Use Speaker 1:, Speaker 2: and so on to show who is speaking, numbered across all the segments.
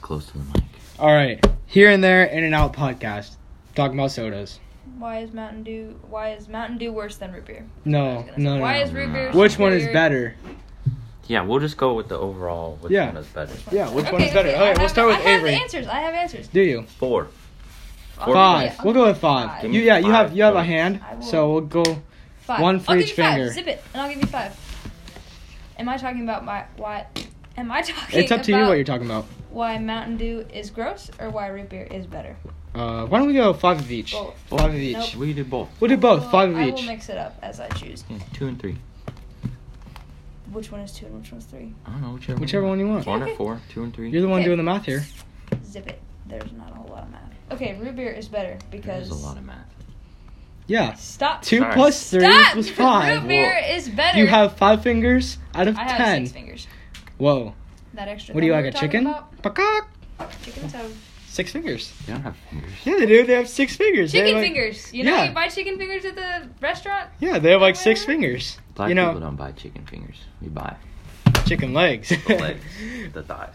Speaker 1: close to the mic.
Speaker 2: All right, here and there, in and out podcast, talking about sodas.
Speaker 3: Why is Mountain Dew? Why is Mountain Dew worse than root beer? I was
Speaker 2: No,
Speaker 3: gonna say,
Speaker 2: no,
Speaker 3: Why
Speaker 2: no.
Speaker 3: is root beer?
Speaker 2: no. Which one is
Speaker 3: superior?
Speaker 2: better?
Speaker 1: Yeah, we'll just go with the overall. Which
Speaker 2: Yeah.
Speaker 1: one is better?
Speaker 2: Yeah, which one
Speaker 3: Okay,
Speaker 2: is better?
Speaker 3: okay,
Speaker 2: All
Speaker 3: I
Speaker 2: right, we'll
Speaker 3: have-
Speaker 2: start with
Speaker 3: I have
Speaker 2: Avery.
Speaker 3: answers. I have answers.
Speaker 2: Do you
Speaker 1: Four. Four.
Speaker 2: five?
Speaker 3: yeah,
Speaker 2: We'll
Speaker 3: okay,
Speaker 2: go with five.
Speaker 3: five.
Speaker 2: You yeah, you have
Speaker 1: Five,
Speaker 2: you have a
Speaker 1: okay.
Speaker 2: hand,
Speaker 3: I will-
Speaker 2: so we'll go.
Speaker 3: Five.
Speaker 2: One for
Speaker 3: I'll
Speaker 2: each
Speaker 3: give you
Speaker 2: finger.
Speaker 3: Five. Zip it, and I'll give you five. Am I talking about my why? Am I talking?
Speaker 2: It's up to you
Speaker 3: about
Speaker 2: what you're talking about.
Speaker 3: Why Mountain Dew is gross or why root beer is better?
Speaker 2: Uh, why don't we go five of each?
Speaker 3: Both.
Speaker 2: Five of each.
Speaker 3: Nope.
Speaker 1: We do both.
Speaker 2: We'll do both.
Speaker 3: Well,
Speaker 2: Five of
Speaker 3: I will
Speaker 2: each.
Speaker 3: mix it up as I choose.
Speaker 1: Yeah, two and three.
Speaker 3: Which one is two and which one's three?
Speaker 1: I don't know whichever.
Speaker 2: Whichever one you want.
Speaker 1: One or
Speaker 3: Okay.
Speaker 1: four. Two and three.
Speaker 2: You're the one
Speaker 3: Okay.
Speaker 2: doing the math here.
Speaker 3: Zip it. There's not a whole lot of math. Okay, root beer is better because
Speaker 1: There's a lot of math.
Speaker 2: Yeah.
Speaker 3: stop.
Speaker 2: Two
Speaker 1: Sorry.
Speaker 2: plus three
Speaker 3: stop.
Speaker 2: plus five.
Speaker 3: Root beer is better.
Speaker 2: You have five fingers out of
Speaker 3: I have
Speaker 2: ten.
Speaker 3: six fingers.
Speaker 2: Whoa.
Speaker 3: That extra.
Speaker 2: What do you
Speaker 3: thing
Speaker 2: like?
Speaker 3: we
Speaker 2: A
Speaker 3: were talking
Speaker 2: chicken?
Speaker 3: about?
Speaker 2: Peacock.
Speaker 3: Chickens have
Speaker 2: Six fingers.
Speaker 1: You don't have fingers.
Speaker 2: Yeah, they do. They have six fingers. They
Speaker 3: chicken
Speaker 2: have like-
Speaker 3: fingers. You know,
Speaker 2: Yeah.
Speaker 3: you buy chicken fingers at the restaurant.
Speaker 2: Yeah, they have like six
Speaker 3: Whatever.
Speaker 2: fingers.
Speaker 1: Black
Speaker 2: you know,
Speaker 1: people don't buy chicken fingers. We buy
Speaker 2: chicken legs.
Speaker 1: the legs, the thighs.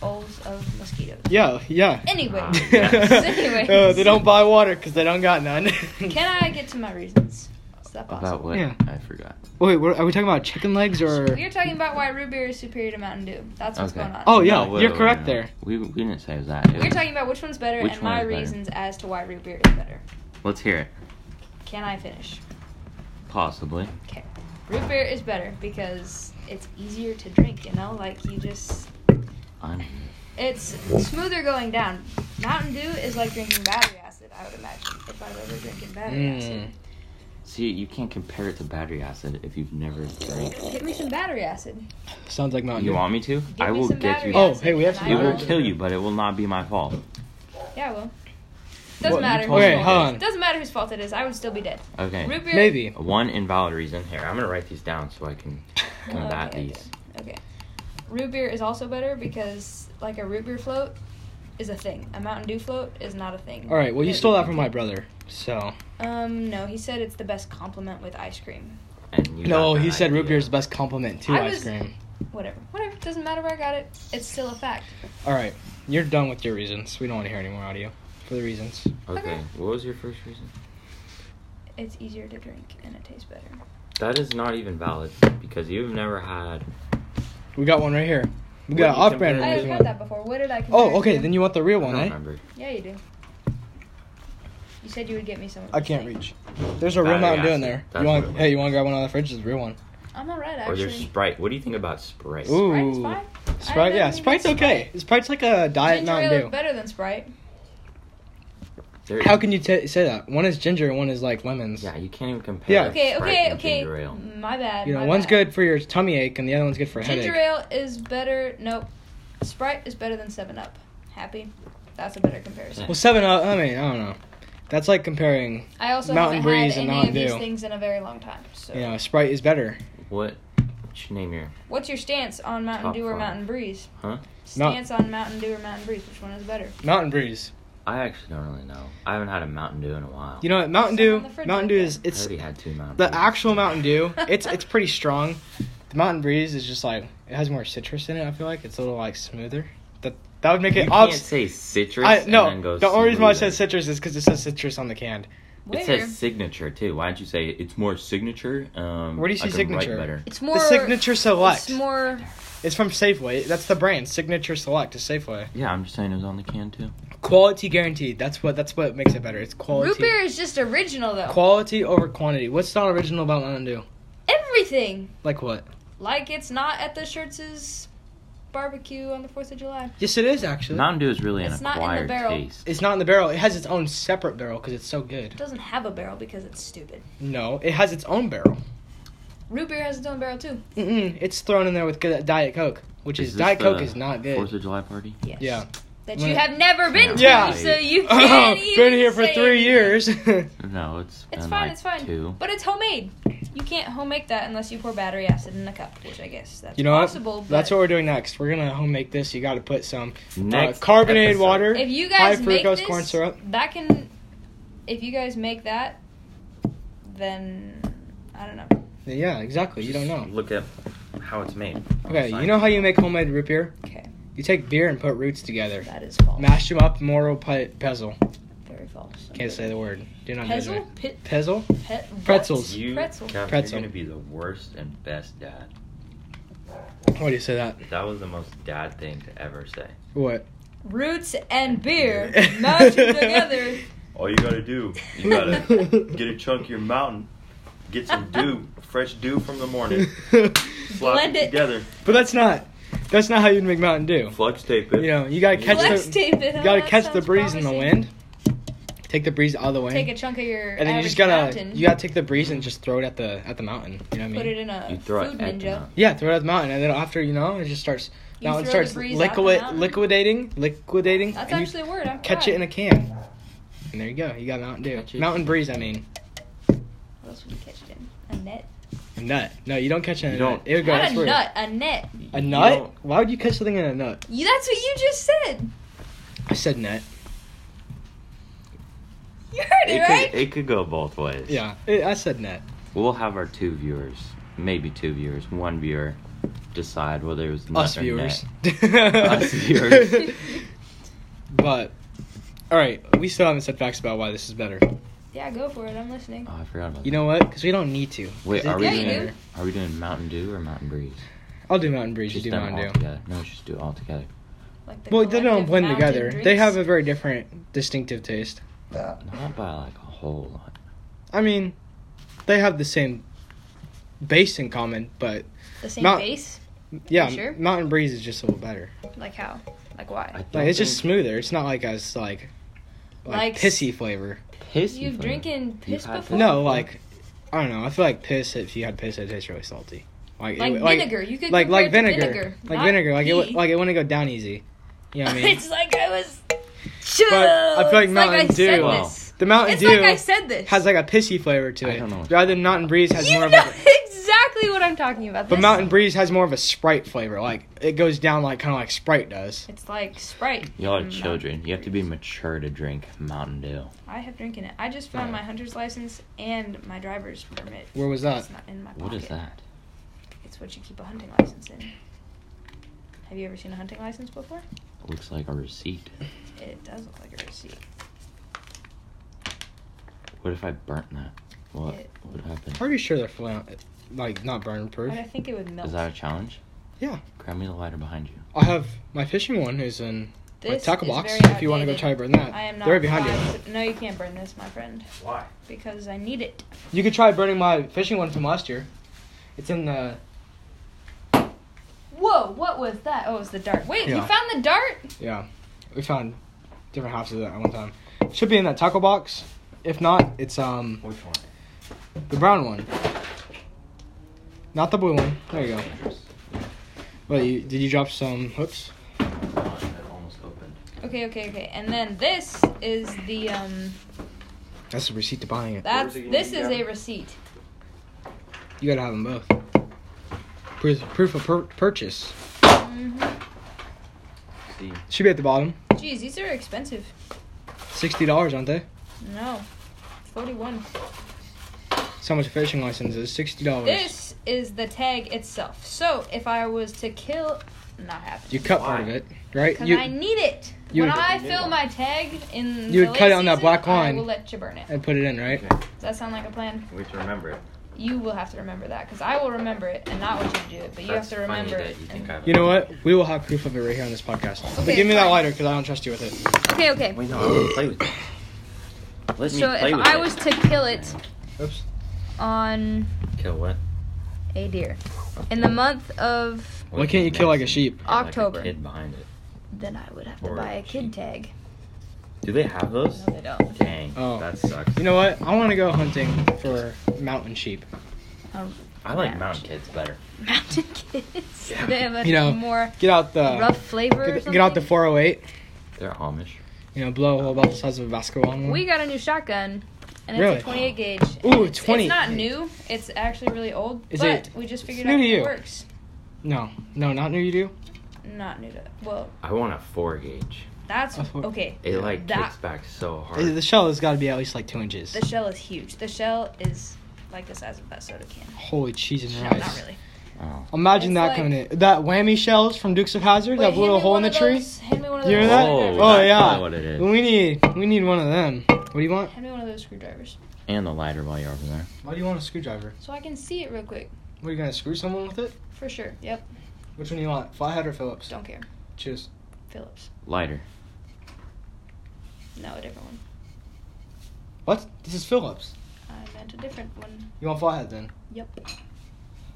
Speaker 3: Bowls of mosquitoes.
Speaker 2: yeah, yeah.
Speaker 3: Anyway,
Speaker 1: Ah, yes.
Speaker 3: Anyways.
Speaker 2: Uh, they don't buy water because they don't got none.
Speaker 3: can I get to my reasons? Is that
Speaker 1: About
Speaker 3: possible?
Speaker 1: what?
Speaker 2: Yeah.
Speaker 1: I forgot.
Speaker 2: Wait, what, are we talking about chicken legs or?
Speaker 3: We are talking about why root beer is superior to Mountain Dew. That's what's
Speaker 1: Okay.
Speaker 3: going on.
Speaker 2: Oh yeah,
Speaker 1: No, wait,
Speaker 2: you're
Speaker 1: wait,
Speaker 2: correct
Speaker 1: no.
Speaker 2: there.
Speaker 1: We, we didn't say it was that. It
Speaker 3: We're
Speaker 1: was-
Speaker 3: talking about which one's better
Speaker 1: Which
Speaker 3: and
Speaker 1: one
Speaker 3: my
Speaker 1: is better?
Speaker 3: reasons as to why root beer is better.
Speaker 1: Let's hear it.
Speaker 3: Can I finish?
Speaker 1: Possibly.
Speaker 3: Okay. Root beer is better because it's easier to drink, you know? Like, you just.
Speaker 1: I'm
Speaker 3: It's smoother going down. Mountain Dew is like drinking battery acid, I would imagine, if I've ever drinking battery acid.
Speaker 2: Mm.
Speaker 1: See, you can't compare it to battery acid if you've never drank.
Speaker 3: Get me some battery acid.
Speaker 2: Sounds like Mountain
Speaker 1: You
Speaker 2: Dew.
Speaker 1: want me to? I
Speaker 3: me
Speaker 1: will
Speaker 3: some
Speaker 1: get you.
Speaker 3: battery
Speaker 2: Oh,
Speaker 3: acid
Speaker 2: hey, we have
Speaker 3: and
Speaker 2: some
Speaker 1: It
Speaker 3: I
Speaker 1: will
Speaker 2: battery
Speaker 1: kill you, but it will not be my fault.
Speaker 3: Yeah, I will. Doesn't
Speaker 1: What?
Speaker 3: matter.
Speaker 1: You
Speaker 3: whose
Speaker 1: told
Speaker 2: Okay,
Speaker 1: me.
Speaker 3: fault-
Speaker 2: hold on.
Speaker 3: Doesn't matter whose fault it is. I would still be dead.
Speaker 1: Okay.
Speaker 3: Root beer.
Speaker 2: Maybe.
Speaker 1: One invalid reason here. I'm gonna write these down so I can combat
Speaker 3: Okay,
Speaker 1: these.
Speaker 3: Okay. Root beer is also better because like a root beer float is a thing. A Mountain Dew float is not a thing.
Speaker 2: All right. Well, you
Speaker 3: Yeah.
Speaker 2: stole that from my brother. So.
Speaker 3: Um, no, he said it's the best compliment with ice cream.
Speaker 1: And you
Speaker 2: No,
Speaker 1: got that
Speaker 2: he said root
Speaker 1: idea.
Speaker 2: beer is the best compliment to
Speaker 3: I
Speaker 2: ice
Speaker 3: was-
Speaker 2: cream.
Speaker 3: Whatever. Whatever. Doesn't matter where I got it. It's still a fact.
Speaker 2: All right, you're done with your reasons. We don't want to hear any more audio for the reasons.
Speaker 1: Okay. What was your first reason?
Speaker 3: It's easier to drink and it tastes better.
Speaker 1: That is not even valid because you've never had.
Speaker 2: We got one right here. We
Speaker 1: What
Speaker 2: got an
Speaker 1: you
Speaker 2: off-brand
Speaker 1: compare-
Speaker 3: I have
Speaker 2: reason.
Speaker 3: had that before. What did I? compare it
Speaker 2: Oh, okay.
Speaker 3: to?
Speaker 2: Then you want the real
Speaker 1: I
Speaker 2: one,
Speaker 1: don't
Speaker 2: eh?
Speaker 1: remember.
Speaker 3: Yeah, you do. You said you would get me some.
Speaker 2: I can't reach. There's a real
Speaker 1: Battery
Speaker 2: Mountain Dew
Speaker 1: acid.
Speaker 2: in there.
Speaker 1: That's
Speaker 2: you
Speaker 1: what it
Speaker 2: want?
Speaker 1: was.
Speaker 2: Hey, you want to grab one out of the fridge? It's a real one.
Speaker 3: I'm alright
Speaker 1: Or there's
Speaker 3: actually.
Speaker 1: Sprite. What do you think about Sprite?
Speaker 2: Ooh.
Speaker 3: Sprite's fine.
Speaker 2: Sprite, yeah,
Speaker 3: haven't even
Speaker 2: Sprite's
Speaker 3: had
Speaker 2: okay. Sprite's like a diet
Speaker 3: Ginger ale is
Speaker 2: Mountain
Speaker 3: better than Sprite.
Speaker 1: There-
Speaker 2: Dew. How can you t- say that? One is ginger and one is like lemons.
Speaker 1: Yeah, you can't even compare.
Speaker 2: Yeah.
Speaker 3: Okay,
Speaker 1: Sprite
Speaker 3: okay,
Speaker 1: and
Speaker 3: okay.
Speaker 1: Ginger ale.
Speaker 3: My bad.
Speaker 2: You know,
Speaker 3: my
Speaker 2: one's
Speaker 3: bad.
Speaker 2: good for your tummy ache and the other one's good for a
Speaker 3: Ginger
Speaker 2: headache.
Speaker 3: ale is better. Nope. Sprite is better than Seven Up. Happy. That's a better comparison.
Speaker 2: Well, seven. Up. I mean, I don't know. That's like comparing.
Speaker 3: I also
Speaker 2: Mountain
Speaker 3: haven't
Speaker 2: Breeze
Speaker 3: had
Speaker 2: and
Speaker 3: any
Speaker 2: Mountain
Speaker 3: of these
Speaker 2: Dew.
Speaker 3: things in a very long time. So,
Speaker 2: You know, Sprite is better.
Speaker 1: What? What's your name here?
Speaker 3: what's your stance on Mountain
Speaker 1: Top
Speaker 3: Dew or
Speaker 1: five.
Speaker 3: Mountain Breeze?
Speaker 1: Huh?
Speaker 2: Mount-
Speaker 3: Stance on Mountain Dew or Mountain Breeze. Which one is better?
Speaker 2: Mountain Breeze.
Speaker 1: I actually don't really know. I haven't had a Mountain Dew in a while.
Speaker 2: You know what? Mountain
Speaker 3: Some
Speaker 2: Dew.
Speaker 3: on the fridge
Speaker 2: Mountain
Speaker 3: right
Speaker 2: Dew
Speaker 3: there.
Speaker 2: is
Speaker 1: I
Speaker 2: it's
Speaker 1: already had two Mountain.
Speaker 2: the
Speaker 1: Dews.
Speaker 2: actual Mountain Dew. It's it's pretty strong. The Mountain Breeze is just like it has more citrus in it. I feel like it's a little like smoother. That that would make
Speaker 1: You
Speaker 2: it.
Speaker 1: can't
Speaker 2: obs-
Speaker 1: say citrus.
Speaker 2: I
Speaker 1: and then
Speaker 2: no.
Speaker 1: go
Speaker 2: The only reason why I
Speaker 1: smoother.
Speaker 2: said citrus is because it says citrus on the can.
Speaker 3: Where?
Speaker 1: It says signature too. Why don't you say it's more signature? Um,
Speaker 2: Where do you see
Speaker 1: I can write
Speaker 2: signature?
Speaker 1: better.
Speaker 3: it's more.
Speaker 2: the signature select.
Speaker 3: It's more.
Speaker 2: It's from Safeway. That's the brand. Signature Select is Safeway.
Speaker 1: Yeah, I'm just saying it was on the can too.
Speaker 2: Quality guaranteed. That's what that's what makes it better. It's quality.
Speaker 3: Root beer is just original though.
Speaker 2: Quality over quantity. What's not original about Mountain Dew?
Speaker 3: Everything.
Speaker 2: Like what?
Speaker 3: Like it's not at the Schertz's barbecue on the 4th of July.
Speaker 2: Yes, it is actually.
Speaker 1: Mountain Dew is really an
Speaker 3: It's not in the
Speaker 1: acquired
Speaker 3: barrel.
Speaker 1: taste.
Speaker 2: it's not in the barrel. It has its own separate barrel because it's so
Speaker 3: It
Speaker 2: good.
Speaker 3: doesn't have a barrel because it's stupid.
Speaker 2: No, it has its own barrel.
Speaker 3: Root beer has its own barrel too.
Speaker 2: Mm-mm, it's thrown in there with good Diet Coke, which is,
Speaker 1: this
Speaker 2: Diet
Speaker 1: the
Speaker 2: Coke is not good.
Speaker 1: Fourth of July party.
Speaker 3: Yes.
Speaker 2: Yeah.
Speaker 3: That
Speaker 2: When
Speaker 3: you
Speaker 2: it-
Speaker 3: have never been to,
Speaker 2: Yeah. Oh,
Speaker 3: so you can't even
Speaker 2: Been here for
Speaker 3: say
Speaker 2: three
Speaker 3: anything.
Speaker 2: years.
Speaker 1: No, it's
Speaker 3: It's
Speaker 1: been
Speaker 3: fine,
Speaker 1: like
Speaker 3: it's fine.
Speaker 1: Two.
Speaker 3: But it's homemade. You can't home make that unless you pour battery acid in a cup, which I guess that's
Speaker 2: you know
Speaker 3: possible.
Speaker 2: what?
Speaker 3: But
Speaker 2: That's what we're doing next. We're gonna home make this. You got to put some uh,
Speaker 1: Next
Speaker 2: carbonated
Speaker 1: episode.
Speaker 2: water.
Speaker 3: if you guys
Speaker 2: High
Speaker 3: make
Speaker 2: fructose
Speaker 3: this,
Speaker 2: corn syrup.
Speaker 3: that can. If you guys make that, then I don't know.
Speaker 2: Yeah, exactly. You don't know.
Speaker 1: Look at how it's made.
Speaker 2: Okay, you know how you make homemade root beer?
Speaker 3: Okay.
Speaker 2: You take beer and put roots together.
Speaker 3: That is false.
Speaker 2: Mash them up, moral pe- puzzle.
Speaker 3: Very false.
Speaker 2: Can't say the word. Do not judge me.
Speaker 3: Pezzle? Pit,
Speaker 2: Pezzle?
Speaker 3: pet, what?
Speaker 2: Pretzels.
Speaker 1: You,
Speaker 3: Pretzel.
Speaker 1: Kev,
Speaker 2: Pretzel.
Speaker 1: you're gonna be the worst and best dad.
Speaker 2: Why do you say that?
Speaker 1: That was the most dad thing to ever say.
Speaker 2: What?
Speaker 3: Roots and beer mashed together.
Speaker 1: All you gotta do, you gotta get a chunk of your mountain, get some dew, fresh dew from the morning, slap
Speaker 3: Blend
Speaker 1: it
Speaker 3: it.
Speaker 1: together,
Speaker 2: But that's not. That's not how you'd make Mountain Dew.
Speaker 1: flux tape it.
Speaker 2: You know, you gotta catch
Speaker 3: Flex
Speaker 2: the
Speaker 3: tape it.
Speaker 2: you
Speaker 3: huh?
Speaker 2: gotta
Speaker 3: That
Speaker 2: catch the
Speaker 3: sounds
Speaker 2: breeze in the
Speaker 3: promising.
Speaker 2: wind. Take the breeze out of the wind.
Speaker 3: Take a chunk of your
Speaker 2: and then you
Speaker 3: average
Speaker 2: just gotta
Speaker 3: mountain,
Speaker 2: you gotta take the breeze and just throw it at the at the mountain. You know what I mean?
Speaker 3: put it in a
Speaker 1: you throw it
Speaker 3: food
Speaker 1: at the
Speaker 3: ninja.
Speaker 1: mountain.
Speaker 2: Yeah, throw it at the mountain, and then after you know, it just starts.
Speaker 3: You
Speaker 2: now it
Speaker 3: throw
Speaker 2: starts
Speaker 3: the breeze out the
Speaker 2: liquid,
Speaker 3: mountain.
Speaker 2: liquidating, liquidating,
Speaker 3: That's
Speaker 2: and you
Speaker 3: actually a word. I'm
Speaker 2: catch it in a can. And there you go. You got Mountain
Speaker 1: Catch
Speaker 2: Dew,
Speaker 1: it.
Speaker 2: Mountain Breeze. I mean,
Speaker 3: What else would you catch it in? A net.
Speaker 2: a nut. No, you don't catch it in
Speaker 1: You
Speaker 2: a
Speaker 1: don't.
Speaker 2: nut. It would go.
Speaker 3: Not
Speaker 2: I
Speaker 3: a
Speaker 2: swear.
Speaker 3: nut. A net.
Speaker 2: A
Speaker 1: You
Speaker 2: nut?
Speaker 1: don't-
Speaker 2: Why would you catch something in a nut?
Speaker 3: You. That's what you just said.
Speaker 2: I said nut.
Speaker 3: You heard it,
Speaker 1: It
Speaker 3: right?
Speaker 1: could, it could go both ways.
Speaker 2: Yeah, I I said nut.
Speaker 1: We'll have our two viewers, maybe two viewers, one viewer, decide whether it was nut
Speaker 2: Us
Speaker 1: or
Speaker 2: viewers.
Speaker 1: net. Us viewers.
Speaker 2: but, all right, we still haven't said facts about why this is better.
Speaker 3: yeah, go for it. I'm listening.
Speaker 1: Oh, I forgot about
Speaker 2: You
Speaker 1: that.
Speaker 2: know what? Because we don't need to. 'Cause
Speaker 1: Wait,
Speaker 2: it
Speaker 1: are we
Speaker 2: gets
Speaker 3: Yeah, you
Speaker 1: doing
Speaker 2: better.
Speaker 1: are we doing Mountain Dew or Mountain Breeze?
Speaker 2: I'll do Mountain Breeze. You
Speaker 1: just
Speaker 2: do
Speaker 1: them all
Speaker 2: Mountain Dew.
Speaker 1: together. No, just do it all together.
Speaker 3: Like the
Speaker 2: Well, they don't
Speaker 3: collective
Speaker 2: blend
Speaker 3: mountain
Speaker 2: together. They have a
Speaker 3: drinks.
Speaker 2: very different, distinctive taste.
Speaker 1: Not by like a whole lot.
Speaker 2: I mean, they have the same base in common, but
Speaker 3: the same
Speaker 2: mount-
Speaker 3: base.
Speaker 2: yeah,
Speaker 3: You sure?
Speaker 2: Mountain Breeze is just a little better.
Speaker 3: Like how? Like why?
Speaker 1: I don't
Speaker 2: Like it's just
Speaker 1: think
Speaker 2: smoother. It's not like as like like
Speaker 3: Like s-
Speaker 2: pissy flavor.
Speaker 1: piss.
Speaker 3: You've drinking piss
Speaker 1: had
Speaker 3: before?
Speaker 1: piss
Speaker 2: No, like I don't know. I feel like piss. If you had piss, it tastes really salty. Like, it
Speaker 3: Like
Speaker 2: would-
Speaker 3: vinegar. you could
Speaker 2: Like like
Speaker 3: compare it to
Speaker 2: vinegar.
Speaker 3: vinegar.
Speaker 2: Like
Speaker 3: not
Speaker 2: vinegar. Like it would
Speaker 3: pee.
Speaker 2: like it wouldn't go down easy. You know what I mean?
Speaker 3: it's like I was.
Speaker 2: I feel like
Speaker 3: It's
Speaker 2: Mountain
Speaker 3: I said
Speaker 2: Dew-
Speaker 1: Wow.
Speaker 3: this.
Speaker 2: the Mountain
Speaker 3: It's
Speaker 2: Dew
Speaker 3: like I said this.
Speaker 2: has like a pissy flavor to
Speaker 1: I
Speaker 2: it.
Speaker 1: don't know what-
Speaker 2: Rather than Mountain Breeze has
Speaker 3: you
Speaker 2: more of
Speaker 3: know
Speaker 2: a
Speaker 3: exactly what I'm talking about.
Speaker 2: but
Speaker 3: This-
Speaker 2: Mountain Breeze has more of a Sprite flavor. Like it goes down like kind of like Sprite does.
Speaker 3: It's like Sprite.
Speaker 1: Y'all are
Speaker 3: Mm.
Speaker 1: children. You have to be mature to drink Mountain Dew.
Speaker 3: I have drinking it. I just found my hunter's license and my driver's permit.
Speaker 2: Where was that?
Speaker 3: It's not in my pocket.
Speaker 1: What is that?
Speaker 3: It's what you keep a hunting license in. Have you ever seen a hunting license before?
Speaker 1: Looks like a receipt.
Speaker 3: It does look like a receipt.
Speaker 1: What if I burnt that? What
Speaker 3: It-
Speaker 1: would happen?
Speaker 2: Pretty sure they're fla- like not burn proof.
Speaker 3: But I think it would melt.
Speaker 1: Is that a challenge?
Speaker 2: Yeah.
Speaker 1: Grab me the lighter behind you.
Speaker 2: I have my fishing one is in my
Speaker 3: This
Speaker 2: tackle
Speaker 3: is
Speaker 2: box.
Speaker 3: very
Speaker 2: If you want to go
Speaker 3: outdated.
Speaker 2: try to burn that,
Speaker 3: I am not.
Speaker 2: they're right behind you.
Speaker 3: five- No, you can't burn this, my friend,
Speaker 1: Why?
Speaker 3: because I need it.
Speaker 2: You could try burning my fishing one from last year. It's in the
Speaker 3: Whoa! What was that? Oh, it was the dart. Wait, you
Speaker 2: Yeah.
Speaker 3: found the dart?
Speaker 2: yeah. We found different halves of that at one time. Should be in that tackle box. If not, it's um
Speaker 1: Which one?
Speaker 2: the brown one, not the blue one. There you go. Wait, you, did you drop some hooks?
Speaker 1: almost opened.
Speaker 3: Okay, okay, okay. And then this is the um.
Speaker 2: That's the receipt to buying it.
Speaker 3: That's
Speaker 1: was it again?
Speaker 3: this
Speaker 1: You
Speaker 3: is
Speaker 1: got
Speaker 3: a
Speaker 1: it?
Speaker 3: receipt.
Speaker 2: You gotta have them both. Proof, proof of pur- purchase
Speaker 3: hmm
Speaker 1: See,
Speaker 2: should be at the bottom.
Speaker 3: Geez, these are expensive.
Speaker 2: Sixty dollars, aren't they?
Speaker 3: No, forty-one.
Speaker 2: So much fishing license is sixty dollars.
Speaker 3: This is the tag itself. So if I was to kill, not happening.
Speaker 2: You cut part of
Speaker 1: Why?
Speaker 2: it, right?
Speaker 3: Because
Speaker 2: You
Speaker 3: I need it.
Speaker 2: you
Speaker 3: when
Speaker 2: would-
Speaker 3: I fill my tag in
Speaker 2: You
Speaker 3: the
Speaker 2: would cut
Speaker 3: late
Speaker 2: it on that
Speaker 3: season,
Speaker 2: black Uh,
Speaker 3: I
Speaker 2: line.
Speaker 3: will let you burn it. Does
Speaker 2: and put it in, right?
Speaker 3: that sound like a plan?
Speaker 1: we have to remember it.
Speaker 3: You will have to remember that because I will remember it and not want you to do it, but you
Speaker 1: That's
Speaker 3: have to
Speaker 1: funny
Speaker 3: remember
Speaker 1: that
Speaker 3: it.
Speaker 1: you think
Speaker 3: and-
Speaker 1: I've-
Speaker 2: You know what? We will have proof of it right here on this podcast. but
Speaker 3: Okay,
Speaker 2: give me that
Speaker 3: fine.
Speaker 2: lighter because I don't trust you with it.
Speaker 3: okay, okay.
Speaker 1: Wait, no, I want to play with it. Let me
Speaker 3: So
Speaker 1: play
Speaker 3: if
Speaker 1: with
Speaker 3: I
Speaker 1: it.
Speaker 3: was to kill it
Speaker 2: Oops.
Speaker 3: on
Speaker 1: Kill what?
Speaker 3: a deer in the month of,
Speaker 2: Why can't you kill like a sheep?
Speaker 1: Get, like, a
Speaker 3: October.
Speaker 1: kid behind it.
Speaker 3: then I would have to
Speaker 1: Or
Speaker 3: buy a kid
Speaker 1: sheep.
Speaker 3: tag.
Speaker 1: Do they have those?
Speaker 3: No, they don't.
Speaker 1: Dang,
Speaker 2: Oh.
Speaker 1: that sucks.
Speaker 2: You know what? I want to go hunting for mountain sheep.
Speaker 3: Um,
Speaker 1: I like mountain kids better.
Speaker 3: mountain kids.
Speaker 1: Yeah.
Speaker 3: They have a
Speaker 2: You know,
Speaker 3: more
Speaker 2: Get out the
Speaker 3: rough flavor. or
Speaker 2: get, get out the
Speaker 3: something.
Speaker 2: 408.
Speaker 1: They're Amish.
Speaker 2: You know, blow a hole about the size of a basketball. in one.
Speaker 3: We got a new shotgun, and
Speaker 2: Really?
Speaker 3: it's a 28 gauge.
Speaker 2: Ooh,
Speaker 3: and it's,
Speaker 2: 28
Speaker 3: It's not
Speaker 2: gauge.
Speaker 3: new. It's actually really old.
Speaker 2: Is
Speaker 3: but
Speaker 2: it-
Speaker 3: we just figured
Speaker 2: new
Speaker 3: out
Speaker 2: to
Speaker 3: it
Speaker 2: you?
Speaker 3: works.
Speaker 2: no, no, not new. You do.
Speaker 3: Not new to. Well,
Speaker 1: I want a four gauge.
Speaker 3: that's
Speaker 2: That's what-
Speaker 3: okay.
Speaker 1: It like
Speaker 3: That-
Speaker 1: kicks back so hard.
Speaker 2: The shell has got to be at least like two inches.
Speaker 3: The shell is huge. The shell is like the size of that soda can.
Speaker 2: Holy cheese and
Speaker 3: No,
Speaker 2: rice.
Speaker 3: not really.
Speaker 1: Oh.
Speaker 2: Imagine
Speaker 3: It's
Speaker 2: that
Speaker 3: like-
Speaker 2: coming in. That whammy shells from Dukes of Hazard, that little hole in the tree.
Speaker 3: Hand me one of
Speaker 2: You
Speaker 3: those
Speaker 2: hear that?
Speaker 1: Oh,
Speaker 3: screwdrivers.
Speaker 2: Oh,
Speaker 1: that's
Speaker 2: yeah.
Speaker 1: probably what it is.
Speaker 2: We need we need one of them. What do you want?
Speaker 3: Hand me one of those screwdrivers
Speaker 1: And the lighter while you're over there.
Speaker 2: Why do you want a screwdriver?
Speaker 3: so I can see it real quick.
Speaker 2: What are you gonna screw someone with it?
Speaker 3: For sure. Yep.
Speaker 2: Which one do you want? Flathead or Phillips?
Speaker 3: Don't care.
Speaker 2: Choose.
Speaker 3: Phillips.
Speaker 1: Lighter.
Speaker 3: No, a different one.
Speaker 2: What? This is Phillips.
Speaker 3: I meant a different one.
Speaker 2: You want flathead then?
Speaker 3: Yep.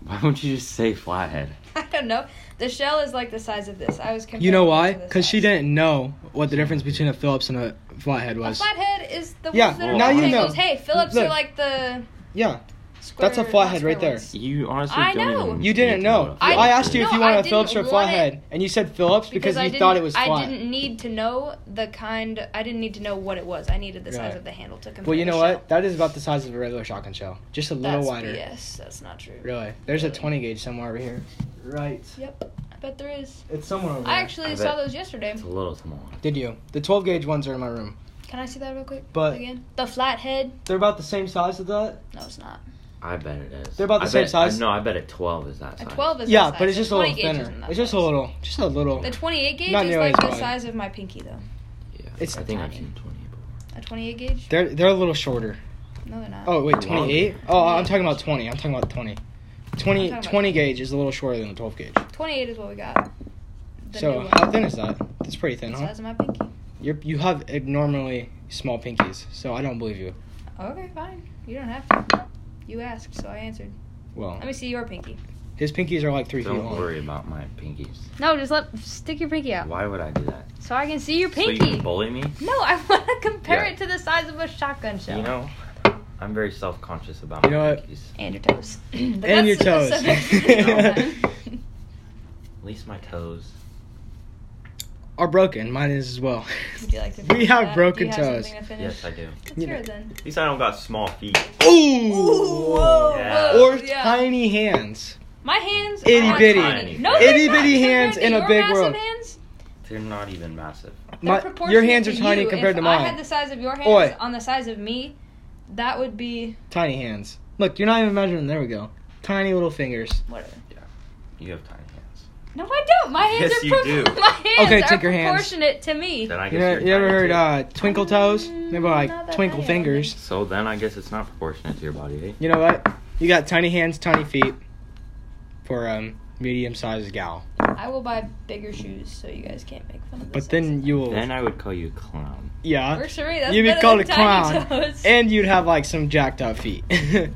Speaker 1: Why don't you just say flathead?
Speaker 3: I don't know. The shell is like the size of this. I was confused.
Speaker 2: You know why? Because she didn't know what the difference between a Phillips and a flathead
Speaker 3: A
Speaker 2: was.
Speaker 3: flathead is the
Speaker 2: Yeah,
Speaker 3: ones that are
Speaker 1: now you
Speaker 3: rectangles.
Speaker 2: know.
Speaker 3: Hey, Phillips
Speaker 2: Look.
Speaker 3: are like the
Speaker 2: Yeah.
Speaker 3: square.
Speaker 2: That's a flathead
Speaker 3: square
Speaker 2: right there.
Speaker 3: ones.
Speaker 1: You honestly
Speaker 3: I
Speaker 1: don't
Speaker 3: know.
Speaker 1: even
Speaker 2: You didn't
Speaker 1: need to
Speaker 2: know.
Speaker 1: what
Speaker 2: I,
Speaker 3: I-
Speaker 2: asked you if you
Speaker 3: No,
Speaker 2: wanted
Speaker 3: I
Speaker 2: a Phillips or
Speaker 3: didn't want
Speaker 2: flathead, and you said Phillips because,
Speaker 3: I
Speaker 2: you
Speaker 3: didn't-
Speaker 2: thought it was
Speaker 3: I
Speaker 2: flat.
Speaker 3: didn't need to know the kind. I didn't need to know what it was. I needed the size
Speaker 2: Right.
Speaker 3: of the handle to compare.
Speaker 2: Well, you know
Speaker 3: the shell.
Speaker 2: what? That is about the size of a regular shotgun shell, just a little
Speaker 3: That's
Speaker 2: wider.
Speaker 3: BS. That's not true.
Speaker 2: Really? There's a
Speaker 3: Really.
Speaker 2: 20 gauge somewhere over here. Right.
Speaker 3: Yep. I bet there is.
Speaker 2: It's somewhere over
Speaker 3: I actually
Speaker 1: I
Speaker 3: saw
Speaker 1: bet.
Speaker 3: those yesterday.
Speaker 1: It's a little small.
Speaker 2: Did you? The 12 gauge ones are in my room.
Speaker 3: Can I see that real quick?
Speaker 2: But-
Speaker 3: again, the flathead.
Speaker 2: They're about the same size as that.
Speaker 3: No, it's not.
Speaker 1: I bet it is.
Speaker 2: They're about the
Speaker 1: I
Speaker 2: same
Speaker 1: bet,
Speaker 2: size?
Speaker 1: I, no, I bet a 12 is that
Speaker 3: A
Speaker 1: size.
Speaker 3: twelve is.
Speaker 2: yeah,
Speaker 3: that
Speaker 2: but
Speaker 3: size.
Speaker 2: it's
Speaker 3: The
Speaker 2: just a little
Speaker 3: 20 gauge
Speaker 2: thinner.
Speaker 3: isn't that
Speaker 2: It's just a
Speaker 3: size.
Speaker 2: little, just a little.
Speaker 3: The 28 gauge
Speaker 2: Not
Speaker 3: is
Speaker 2: nearly
Speaker 3: like
Speaker 2: as
Speaker 3: the
Speaker 2: wide.
Speaker 3: size of my pinky though.
Speaker 1: Yeah.
Speaker 2: It's
Speaker 1: I think I've
Speaker 3: tiny.
Speaker 1: seen 20 before.
Speaker 3: A 28 gauge?
Speaker 2: They're they're a little shorter.
Speaker 3: No, they're not.
Speaker 2: Oh wait,
Speaker 1: Longer.
Speaker 2: 28? Oh, I'm talking about 20. I'm talking about 20. 20
Speaker 3: about
Speaker 2: 20 gauge is a little shorter than the 12 gauge.
Speaker 3: 28 is what we got. The new
Speaker 2: So
Speaker 3: one.
Speaker 2: how thin is that? That's pretty thin,
Speaker 3: The
Speaker 2: huh?
Speaker 3: size of my pinky.
Speaker 2: You you have abnormally small pinkies, so I don't believe you.
Speaker 3: Okay, fine. You don't have to. You asked, so I answered.
Speaker 2: Well,
Speaker 3: Let me see your pinky.
Speaker 2: his pinkies are like three feet
Speaker 1: Don't
Speaker 2: long.
Speaker 1: worry about my pinkies.
Speaker 3: No, just let stick your pinky out
Speaker 1: Why would I do that?
Speaker 3: so I can see your
Speaker 1: So
Speaker 3: pinky.
Speaker 1: you can bully me?
Speaker 3: no, I want to compare
Speaker 1: Yeah.
Speaker 3: it to the size of a shotgun shell.
Speaker 1: You know, I'm very self-conscious about
Speaker 2: You
Speaker 1: my
Speaker 2: know what?
Speaker 1: pinkies.
Speaker 3: and your toes. But
Speaker 2: And your toes.
Speaker 3: that's a subject.
Speaker 1: At least my toes.
Speaker 2: Are broken. Mine is as well.
Speaker 3: Would you like to
Speaker 2: We
Speaker 3: finish
Speaker 2: have
Speaker 3: that?
Speaker 2: broken
Speaker 3: Do you have
Speaker 2: toes.
Speaker 3: something to finish?
Speaker 1: Yes, I do.
Speaker 3: It's
Speaker 2: You know-
Speaker 3: your then.
Speaker 4: At least I don't got small feet.
Speaker 2: Ooh.
Speaker 3: whoa,
Speaker 1: Yeah.
Speaker 3: whoa,
Speaker 2: Or
Speaker 3: yeah.
Speaker 2: tiny hands.
Speaker 3: My hands
Speaker 2: Itty
Speaker 3: are
Speaker 2: bitty.
Speaker 3: tiny.
Speaker 1: Itty
Speaker 3: they're not.
Speaker 2: bitty
Speaker 3: Compared
Speaker 2: hands
Speaker 3: to
Speaker 2: in a
Speaker 3: your
Speaker 2: big
Speaker 3: massive
Speaker 2: world.
Speaker 3: hands,
Speaker 1: They're not even massive.
Speaker 3: they're
Speaker 2: My-
Speaker 3: proportionate
Speaker 2: your hands are
Speaker 3: to
Speaker 2: tiny
Speaker 3: you.
Speaker 2: compared
Speaker 3: If
Speaker 2: to
Speaker 3: I
Speaker 2: mine.
Speaker 3: had the size of your hands
Speaker 2: Oi.
Speaker 3: on the size of me, that would be
Speaker 2: Tiny hands. Look, you're not even measuring. There we go. Tiny little fingers.
Speaker 3: whatever.
Speaker 1: You have tiny hands.
Speaker 3: No, I don't. My hands
Speaker 4: Yes,
Speaker 3: are
Speaker 4: you
Speaker 3: pro-
Speaker 4: do.
Speaker 3: my hands
Speaker 2: Okay,
Speaker 3: are
Speaker 2: Tinker hands.
Speaker 3: proportionate to me.
Speaker 1: Then I
Speaker 2: You,
Speaker 1: guess
Speaker 2: know,
Speaker 1: you're
Speaker 2: you ever
Speaker 1: tiny
Speaker 2: heard
Speaker 1: too.
Speaker 2: uh, twinkle toes?
Speaker 3: Mm,
Speaker 2: Maybe like
Speaker 3: not that
Speaker 2: twinkle
Speaker 3: tiny, I don't
Speaker 2: fingers.
Speaker 1: So then I guess it's not proportionate to your body, eh?
Speaker 2: You know what? You got tiny hands, tiny feet for um medium sized gal.
Speaker 3: I will buy bigger shoes so you guys can't make fun of this.
Speaker 2: But then you will
Speaker 1: Then I would call you a clown.
Speaker 2: yeah.
Speaker 3: Works for me. That's
Speaker 2: You'd be
Speaker 3: better
Speaker 2: called
Speaker 3: than
Speaker 2: a
Speaker 3: tiny
Speaker 2: clown.
Speaker 3: toes.
Speaker 2: And you'd have like some jacked up feet.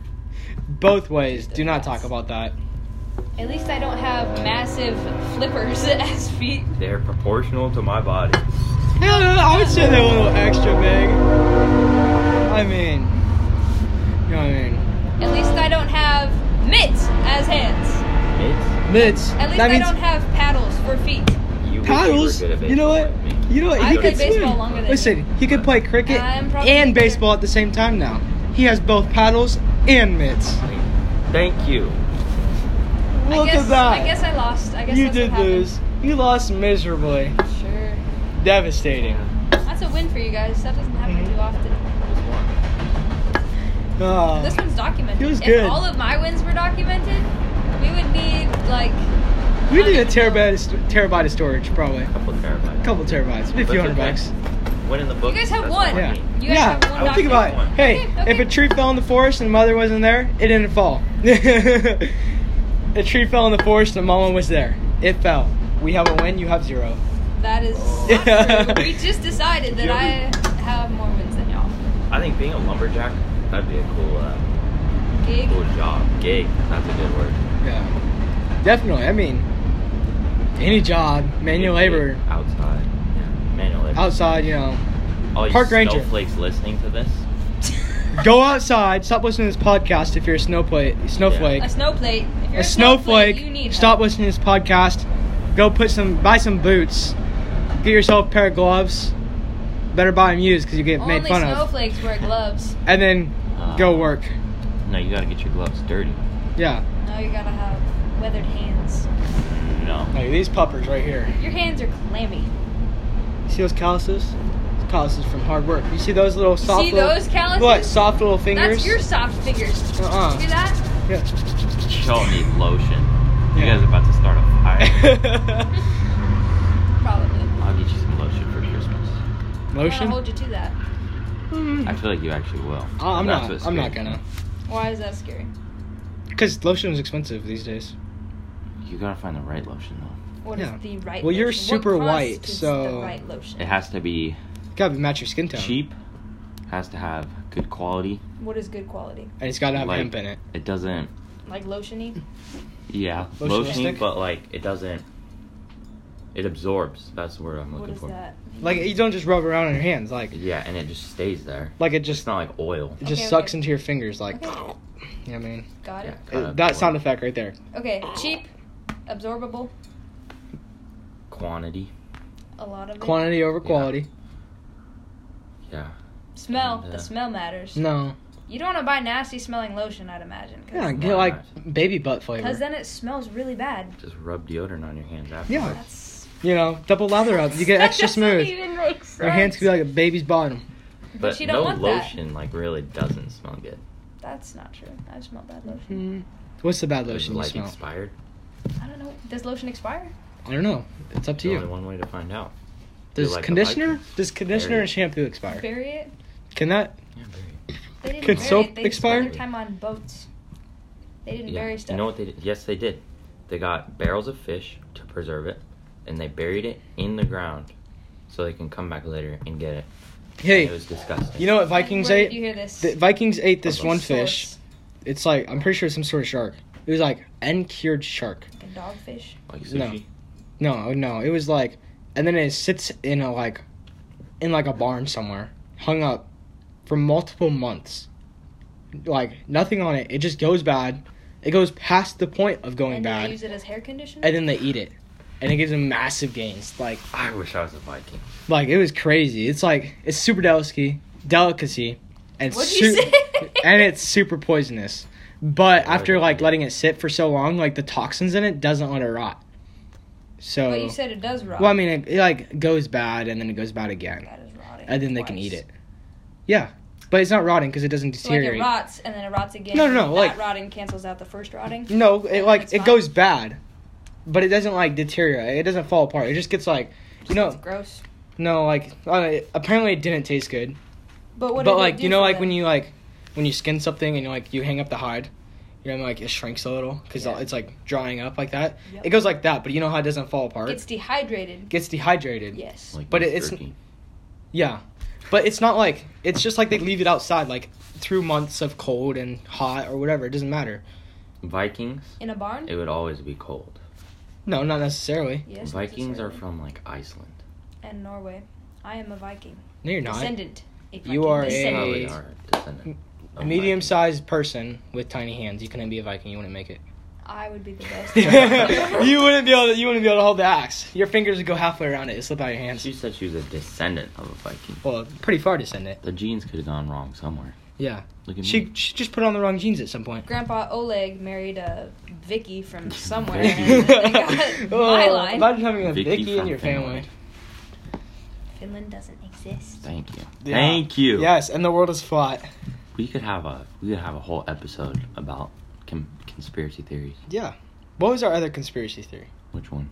Speaker 2: Both ways. Do not talk about that.
Speaker 3: At least I don't have massive flippers as feet.
Speaker 1: They're proportional to my body.
Speaker 2: Yeah, I would say they're a little extra big. I mean you know what I mean?
Speaker 3: At least I don't have mitts as hands.
Speaker 1: It's
Speaker 2: Mitts.
Speaker 3: At least
Speaker 2: that
Speaker 3: I
Speaker 2: means
Speaker 3: don't have paddles for feet.
Speaker 1: you wish
Speaker 2: paddles.
Speaker 1: You, were good at
Speaker 2: You know what?
Speaker 1: baseball like me.
Speaker 2: You know what?
Speaker 3: I
Speaker 2: He
Speaker 3: played
Speaker 2: could swim.
Speaker 3: baseball longer than you.
Speaker 2: Listen, he could play cricket
Speaker 3: I'm probably
Speaker 2: and
Speaker 3: better.
Speaker 2: baseball at the same time now. He has both paddles and mitts.
Speaker 1: Thank you.
Speaker 2: Look
Speaker 3: I guess,
Speaker 2: at that.
Speaker 3: I guess I lost. I guess
Speaker 2: you
Speaker 3: that's
Speaker 2: did
Speaker 3: what happened.
Speaker 2: lose. You lost miserably.
Speaker 3: Sure.
Speaker 2: Devastating.
Speaker 3: That's a win for you guys. That doesn't happen
Speaker 2: Mhm.
Speaker 3: too often.
Speaker 2: Oh.
Speaker 3: This one's documented.
Speaker 2: Feels
Speaker 3: if
Speaker 2: good.
Speaker 3: all of my wins were documented, we would need like
Speaker 2: we need a terabyte of, st- terabyte of storage, probably.
Speaker 1: A couple
Speaker 2: A
Speaker 1: terabytes.
Speaker 2: couple terabytes, maybe a few
Speaker 1: That's
Speaker 2: hundred
Speaker 1: okay.
Speaker 2: bucks.
Speaker 1: Win in the book.
Speaker 3: you guys have
Speaker 1: that's
Speaker 3: one.
Speaker 1: all I
Speaker 2: Yeah.
Speaker 1: need.
Speaker 3: You guys
Speaker 2: yeah,
Speaker 3: have one
Speaker 2: think
Speaker 3: document.
Speaker 2: about it.
Speaker 4: one.
Speaker 2: Hey,
Speaker 3: Okay, okay.
Speaker 2: if a tree fell in the forest and mother wasn't there, it didn't fall. a tree fell in the forest and mama was there. It fell. We have a win. You have zero.
Speaker 3: That is
Speaker 2: Yeah.
Speaker 3: not true. We just decided that
Speaker 1: You
Speaker 3: I have more wins than y'all.
Speaker 1: I think being a lumberjack, that'd be a cool, uh,
Speaker 3: Gig.
Speaker 1: cool job. Gig. That's a good word.
Speaker 2: Yeah, definitely. I mean, any job, manual
Speaker 1: You could
Speaker 2: labor,
Speaker 1: do Outside. Yeah. Manual labor.
Speaker 2: outside. You know,
Speaker 1: All you
Speaker 2: Park ranger.
Speaker 1: snowflakes listening to this.
Speaker 2: go outside. Stop listening to this podcast if you're a snowflake. Snowflake.
Speaker 3: A snowplate. If you're
Speaker 2: a snowflake,
Speaker 3: you need
Speaker 2: stop
Speaker 3: help.
Speaker 2: listening to this podcast. Go put some, buy some boots. Get yourself a pair of gloves. Better buy them used because you get
Speaker 3: Only
Speaker 2: made fun of.
Speaker 3: snowflakes wear gloves.
Speaker 2: And then
Speaker 1: Uh,
Speaker 2: go work.
Speaker 1: No, you gotta get your gloves dirty.
Speaker 2: Yeah.
Speaker 3: No, you gotta have weathered hands.
Speaker 1: No.
Speaker 2: Like these puppers right here.
Speaker 3: Your hands are clammy.
Speaker 2: See those calluses? Those calluses from hard work. You see those little soft
Speaker 3: See
Speaker 2: little,
Speaker 3: those calluses?
Speaker 2: What? Soft little fingers?
Speaker 3: That's your soft fingers.
Speaker 2: Uh-uh.
Speaker 3: See that?
Speaker 1: Y'all need lotion. You guys are about to start a fire.
Speaker 3: Probably.
Speaker 1: I'll get you some lotion for Christmas.
Speaker 3: I'm
Speaker 2: Lotion?
Speaker 3: gonna hold you to that.
Speaker 2: Mm.
Speaker 1: I feel like you actually will.
Speaker 2: I- Uh, I'm
Speaker 1: That's
Speaker 2: not.
Speaker 1: what's
Speaker 2: I'm not
Speaker 1: scary.
Speaker 2: gonna.
Speaker 3: Why is that scary?
Speaker 2: Cause lotion is expensive these days.
Speaker 1: You gotta find the right lotion though.
Speaker 3: What is
Speaker 2: Yeah.
Speaker 3: the right?
Speaker 2: Well, you're
Speaker 3: lotion?
Speaker 2: super
Speaker 3: what
Speaker 2: white,
Speaker 3: constitutes the
Speaker 2: so-
Speaker 3: right lotion.
Speaker 1: It has to be
Speaker 2: Gotta match your skin tone.
Speaker 1: cheap. Has to have good quality.
Speaker 3: What is good quality?
Speaker 2: And it's gotta have
Speaker 1: Like-
Speaker 2: hemp in it.
Speaker 1: It doesn't.
Speaker 3: Like
Speaker 1: Mm,
Speaker 3: lotiony?
Speaker 1: Yeah,
Speaker 2: Lotion
Speaker 1: lotion,
Speaker 2: stick?
Speaker 1: but like it doesn't. It absorbs. That's the word I'm
Speaker 3: What
Speaker 1: looking
Speaker 3: is
Speaker 1: for.
Speaker 3: that?
Speaker 2: Like you don't just rub around on your hands. Like
Speaker 1: Yeah, and it just stays there.
Speaker 2: like it
Speaker 1: It's
Speaker 2: just
Speaker 1: not like oil.
Speaker 2: it just
Speaker 3: Okay,
Speaker 2: sucks
Speaker 3: okay.
Speaker 2: into your fingers. Like
Speaker 3: Okay.
Speaker 2: you know what I mean.
Speaker 3: Got
Speaker 1: Yeah,
Speaker 3: it.
Speaker 1: kinda
Speaker 2: It- Uh, that sound
Speaker 1: oil.
Speaker 2: effect right there.
Speaker 3: Okay, cheap, absorbable,
Speaker 1: quantity.
Speaker 3: a lot of it.
Speaker 2: Quantity over
Speaker 1: Yeah.
Speaker 2: quality.
Speaker 1: Yeah.
Speaker 3: Smell.
Speaker 1: and, uh,
Speaker 3: the smell matters.
Speaker 2: No.
Speaker 3: You don't want to buy nasty smelling lotion, I'd imagine.
Speaker 2: Yeah,
Speaker 3: Cause,
Speaker 2: get like baby butt flavor.
Speaker 3: Because then it smells really bad.
Speaker 1: Just rub deodorant on your hands after.
Speaker 2: Yeah.
Speaker 3: That's.
Speaker 2: you know, double lather up. You get
Speaker 3: That
Speaker 2: extra
Speaker 3: doesn't
Speaker 2: smooth.
Speaker 3: even make sense.
Speaker 2: Your hands could be like a baby's bottom.
Speaker 3: But,
Speaker 1: But
Speaker 3: you
Speaker 1: no
Speaker 3: don't want that.
Speaker 1: lotion like really doesn't smell good.
Speaker 3: That's not true. I've smelled bad lotion.
Speaker 2: Hmm. What's the bad
Speaker 1: It's
Speaker 2: lotion you
Speaker 1: like
Speaker 2: smell?
Speaker 1: expired.
Speaker 3: I don't know. Does lotion expire?
Speaker 2: I don't know. It's up to
Speaker 1: There's only
Speaker 2: you.
Speaker 1: one way to find out.
Speaker 2: Does
Speaker 1: like the
Speaker 2: conditioner,
Speaker 1: Vikings.
Speaker 2: does conditioner
Speaker 1: Very-
Speaker 2: and shampoo expire?
Speaker 3: Bury it?
Speaker 2: Can that?
Speaker 1: Yeah, very.
Speaker 3: They didn't
Speaker 2: Could
Speaker 3: bury
Speaker 2: soap
Speaker 3: it. They
Speaker 2: expire?
Speaker 3: spent their time on boats. They didn't bury stuff.
Speaker 1: You know what they did? Yes, they did. They got barrels of fish to preserve it, and they buried it in the ground so they can come back later and get it. And it
Speaker 2: Hey,
Speaker 1: was disgusting.
Speaker 2: you know what Vikings
Speaker 3: Where did
Speaker 2: ate?
Speaker 3: you hear this?
Speaker 2: The Vikings ate this
Speaker 1: About
Speaker 2: one
Speaker 3: Source.
Speaker 2: fish. It's like I'm pretty sure it's some sort of shark. It was like uncured shark.
Speaker 3: Like a dogfish.
Speaker 1: like
Speaker 2: no.
Speaker 1: sushi.
Speaker 2: No, no, it was like, and then it sits in a like, in like a barn somewhere, hung up, for multiple months. Like nothing on it. It just goes bad. It goes past the point of going
Speaker 3: and do they
Speaker 2: bad,
Speaker 3: use it as hair conditioner?
Speaker 2: and then they eat it, and it gives them massive gains. Like.
Speaker 1: I wish I was a Viking.
Speaker 2: Like it was crazy. It's like it's super delicacy, delicacy, and
Speaker 3: What'd
Speaker 2: su-
Speaker 3: you say?
Speaker 2: and it's super poisonous. But
Speaker 1: Why
Speaker 2: after
Speaker 1: would
Speaker 2: like
Speaker 1: you-
Speaker 2: letting it sit for so long, like the toxins in it doesn't let it rot. So
Speaker 3: But you said it does rot.
Speaker 2: well, I mean, it, it like goes bad and then it goes bad again,
Speaker 3: that is rotting.
Speaker 2: and then they can eat
Speaker 3: twice.
Speaker 2: it. Yeah, but it's not rotting because it doesn't
Speaker 3: So like
Speaker 2: deteriorate.
Speaker 3: it rots and then it rots again.
Speaker 2: No, no, no,
Speaker 3: That
Speaker 2: like-
Speaker 3: rotting cancels out the first rotting.
Speaker 2: no, it like
Speaker 3: It's
Speaker 2: it
Speaker 3: fine.
Speaker 2: goes bad, but it doesn't like deteriorate. It doesn't fall apart. It just gets like you
Speaker 3: It's
Speaker 2: know
Speaker 3: gross.
Speaker 2: no like uh, apparently it didn't taste good.
Speaker 3: But what?
Speaker 2: but
Speaker 3: did it
Speaker 2: like
Speaker 3: do
Speaker 2: you know
Speaker 3: for
Speaker 2: like
Speaker 3: them?
Speaker 2: when you like when you skin something and you like you hang up the hide you know like it shrinks a little because
Speaker 3: Yeah.
Speaker 2: it's like drying up like that
Speaker 3: Yep.
Speaker 2: it goes like that but you know how it doesn't fall apart
Speaker 3: gets dehydrated.
Speaker 2: gets dehydrated
Speaker 3: Yes.
Speaker 1: Like
Speaker 2: But
Speaker 1: beef
Speaker 2: it- it's-
Speaker 1: jerky.
Speaker 2: yeah but it's not like it's just like they leave it outside like through months of cold and hot or whatever it doesn't matter
Speaker 1: Vikings.
Speaker 3: In a barn.
Speaker 1: It would always be cold.
Speaker 2: no not necessarily
Speaker 3: yes.
Speaker 1: Vikings are
Speaker 3: necessarily.
Speaker 1: from like Iceland.
Speaker 3: and Norway. I am a Viking
Speaker 2: no you're not
Speaker 3: descendant. If
Speaker 2: You
Speaker 3: Viking
Speaker 2: are a-
Speaker 1: They
Speaker 3: descendant.
Speaker 1: probably are descendant.
Speaker 2: a
Speaker 1: of
Speaker 2: medium-sized person with tiny hands you couldn't be a viking you wouldn't make it
Speaker 3: I would be the best.
Speaker 2: you wouldn't be able to you wouldn't be able to hold the axe your fingers would go halfway around it it slip out of your
Speaker 1: Vikings.
Speaker 2: hands
Speaker 1: She said she was a descendant of a Viking.
Speaker 2: well pretty far descendant
Speaker 1: The genes could have gone wrong somewhere.
Speaker 2: yeah
Speaker 1: Look at
Speaker 2: She,
Speaker 1: me.
Speaker 2: she just put on the wrong jeans at some point.
Speaker 3: Grandpa Oleg married a Vicky from somewhere.
Speaker 1: Vicky.
Speaker 3: and they got my
Speaker 2: Oh,
Speaker 3: line.
Speaker 2: Imagine having a
Speaker 1: Vicky
Speaker 2: Vicky, in
Speaker 1: from
Speaker 2: your family.
Speaker 1: Finland.
Speaker 3: Finland doesn't exist.
Speaker 1: Thank you.
Speaker 2: Yeah.
Speaker 1: Thank you.
Speaker 2: Yes, and the world is flat.
Speaker 1: We could have a we could have a whole episode about com- conspiracy theories.
Speaker 2: Yeah. What was our other conspiracy theory?
Speaker 1: Which one?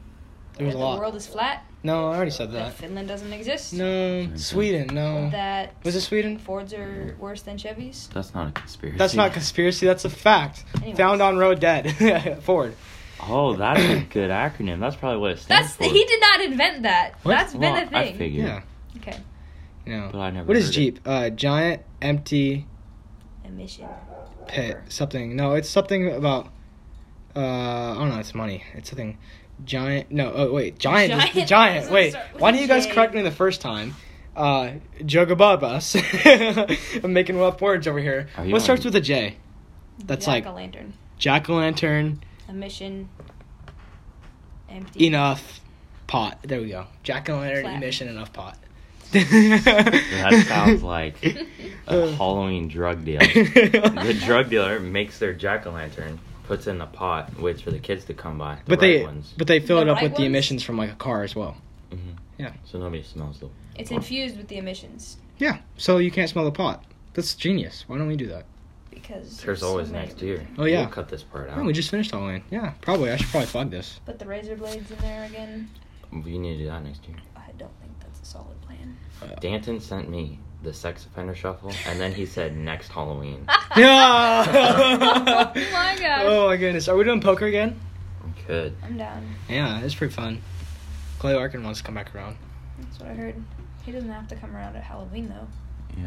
Speaker 2: There was
Speaker 3: that
Speaker 2: a
Speaker 3: the
Speaker 2: lot.
Speaker 3: world is flat.
Speaker 2: no, I already said
Speaker 3: That
Speaker 2: that.
Speaker 3: Finland doesn't exist.
Speaker 2: No, Sweden. No.
Speaker 3: That
Speaker 2: Was it Sweden?
Speaker 3: Fords are worse than Chevys.
Speaker 1: That's not a conspiracy.
Speaker 2: That's not conspiracy. That's a fact.
Speaker 3: Anyways.
Speaker 2: Found on road dead. Ford.
Speaker 1: Oh, that's a good acronym. That's probably what it stands
Speaker 3: That's
Speaker 1: for.
Speaker 3: he did not invent that.
Speaker 2: What?
Speaker 3: That's been
Speaker 1: Well,
Speaker 3: a
Speaker 1: I
Speaker 3: thing.
Speaker 1: figured.
Speaker 2: Yeah.
Speaker 3: Okay.
Speaker 2: No.
Speaker 1: But I never
Speaker 2: What is
Speaker 1: heard it.
Speaker 2: Jeep? Uh, giant empty
Speaker 3: Emission.
Speaker 2: pit. Something. No, it's something about. Uh, I don't know. It's money. It's something. Giant. No. Oh wait. Giant. is-
Speaker 3: Giant.
Speaker 2: Giant.
Speaker 3: Doesn't
Speaker 2: Wait.
Speaker 3: start with
Speaker 2: Why didn't you guys
Speaker 3: J.
Speaker 2: correct me the first time? Uh, Jogababas. I'm making up words over here.
Speaker 1: Are
Speaker 2: What
Speaker 1: you on-
Speaker 2: starts with a J? That's
Speaker 3: Jack
Speaker 2: like
Speaker 3: a lantern.
Speaker 2: jack o' lantern.
Speaker 3: Emission. Empty.
Speaker 2: Enough pot. There we go. Jack o' lantern
Speaker 3: Flat.
Speaker 2: emission enough pot.
Speaker 1: That
Speaker 2: that
Speaker 1: sounds like
Speaker 2: Uh,
Speaker 1: a Halloween drug deal. the drug dealer makes their jack o' lantern, puts it in a pot, waits for the kids to come by. The right
Speaker 2: but they
Speaker 1: ones.
Speaker 2: but they fill
Speaker 3: The
Speaker 2: it up
Speaker 3: right
Speaker 2: with the
Speaker 3: ones?
Speaker 2: emissions from like a car as well.
Speaker 1: Mhm.
Speaker 2: Yeah.
Speaker 1: So nobody smells them.
Speaker 3: It's infused with the emissions.
Speaker 2: Yeah, so you can't smell the pot. That's genius. Why don't we do that?
Speaker 3: because
Speaker 1: There's always next year.
Speaker 2: Oh, yeah.
Speaker 1: We'll cut this part out.
Speaker 2: Oh, we just finished Halloween. Yeah, probably. I should probably plug this.
Speaker 3: Put the razor blades in there again.
Speaker 1: You need to do that next year.
Speaker 3: I don't think that's a solid plan.
Speaker 1: Danton sent me the sex offender shuffle, and then he said next Halloween.
Speaker 2: No!
Speaker 3: oh my gosh.
Speaker 2: Oh my goodness. Are we doing poker again?
Speaker 1: We could.
Speaker 3: I'm down.
Speaker 2: Yeah, it's pretty fun. Clay Larkin wants to come back around.
Speaker 3: That's what I heard. He doesn't have to come around at Halloween though.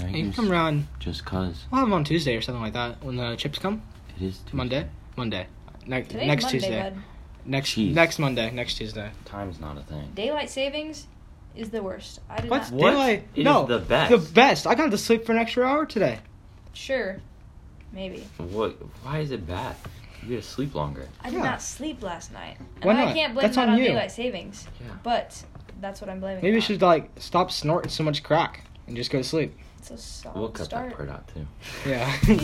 Speaker 1: Yeah,
Speaker 2: He can come around.
Speaker 1: Just cause
Speaker 2: We'll have him on Tuesday or something like that when the chips come.
Speaker 1: it is
Speaker 2: Monday. Monday. Ne-
Speaker 3: Today's
Speaker 2: next
Speaker 3: Monday,
Speaker 2: Tuesday.
Speaker 3: bud.
Speaker 2: Next
Speaker 1: Jeez.
Speaker 2: next Monday. Next Tuesday.
Speaker 1: Time's not a thing.
Speaker 3: Daylight savings is the worst. I did
Speaker 2: What's
Speaker 3: not.
Speaker 1: What?
Speaker 2: daylight?
Speaker 1: It is
Speaker 2: no,
Speaker 1: the best.
Speaker 2: The best. I got to sleep for an extra hour today.
Speaker 3: Sure. Maybe.
Speaker 1: What? Why is it bad? You gotta sleep longer.
Speaker 3: I did
Speaker 2: Yeah.
Speaker 3: not sleep last night. And
Speaker 2: Why
Speaker 3: I
Speaker 2: not?
Speaker 3: can't blame
Speaker 2: That's
Speaker 3: that
Speaker 2: on
Speaker 3: on
Speaker 2: you.
Speaker 3: daylight savings.
Speaker 1: Yeah.
Speaker 3: But that's what I'm blaming.
Speaker 2: Maybe
Speaker 3: it
Speaker 2: you
Speaker 3: on.
Speaker 2: should like stop snorting so much crack and just go to sleep.
Speaker 3: It's a solid
Speaker 1: We'll cut
Speaker 3: start.
Speaker 1: that part out too.
Speaker 2: Yeah.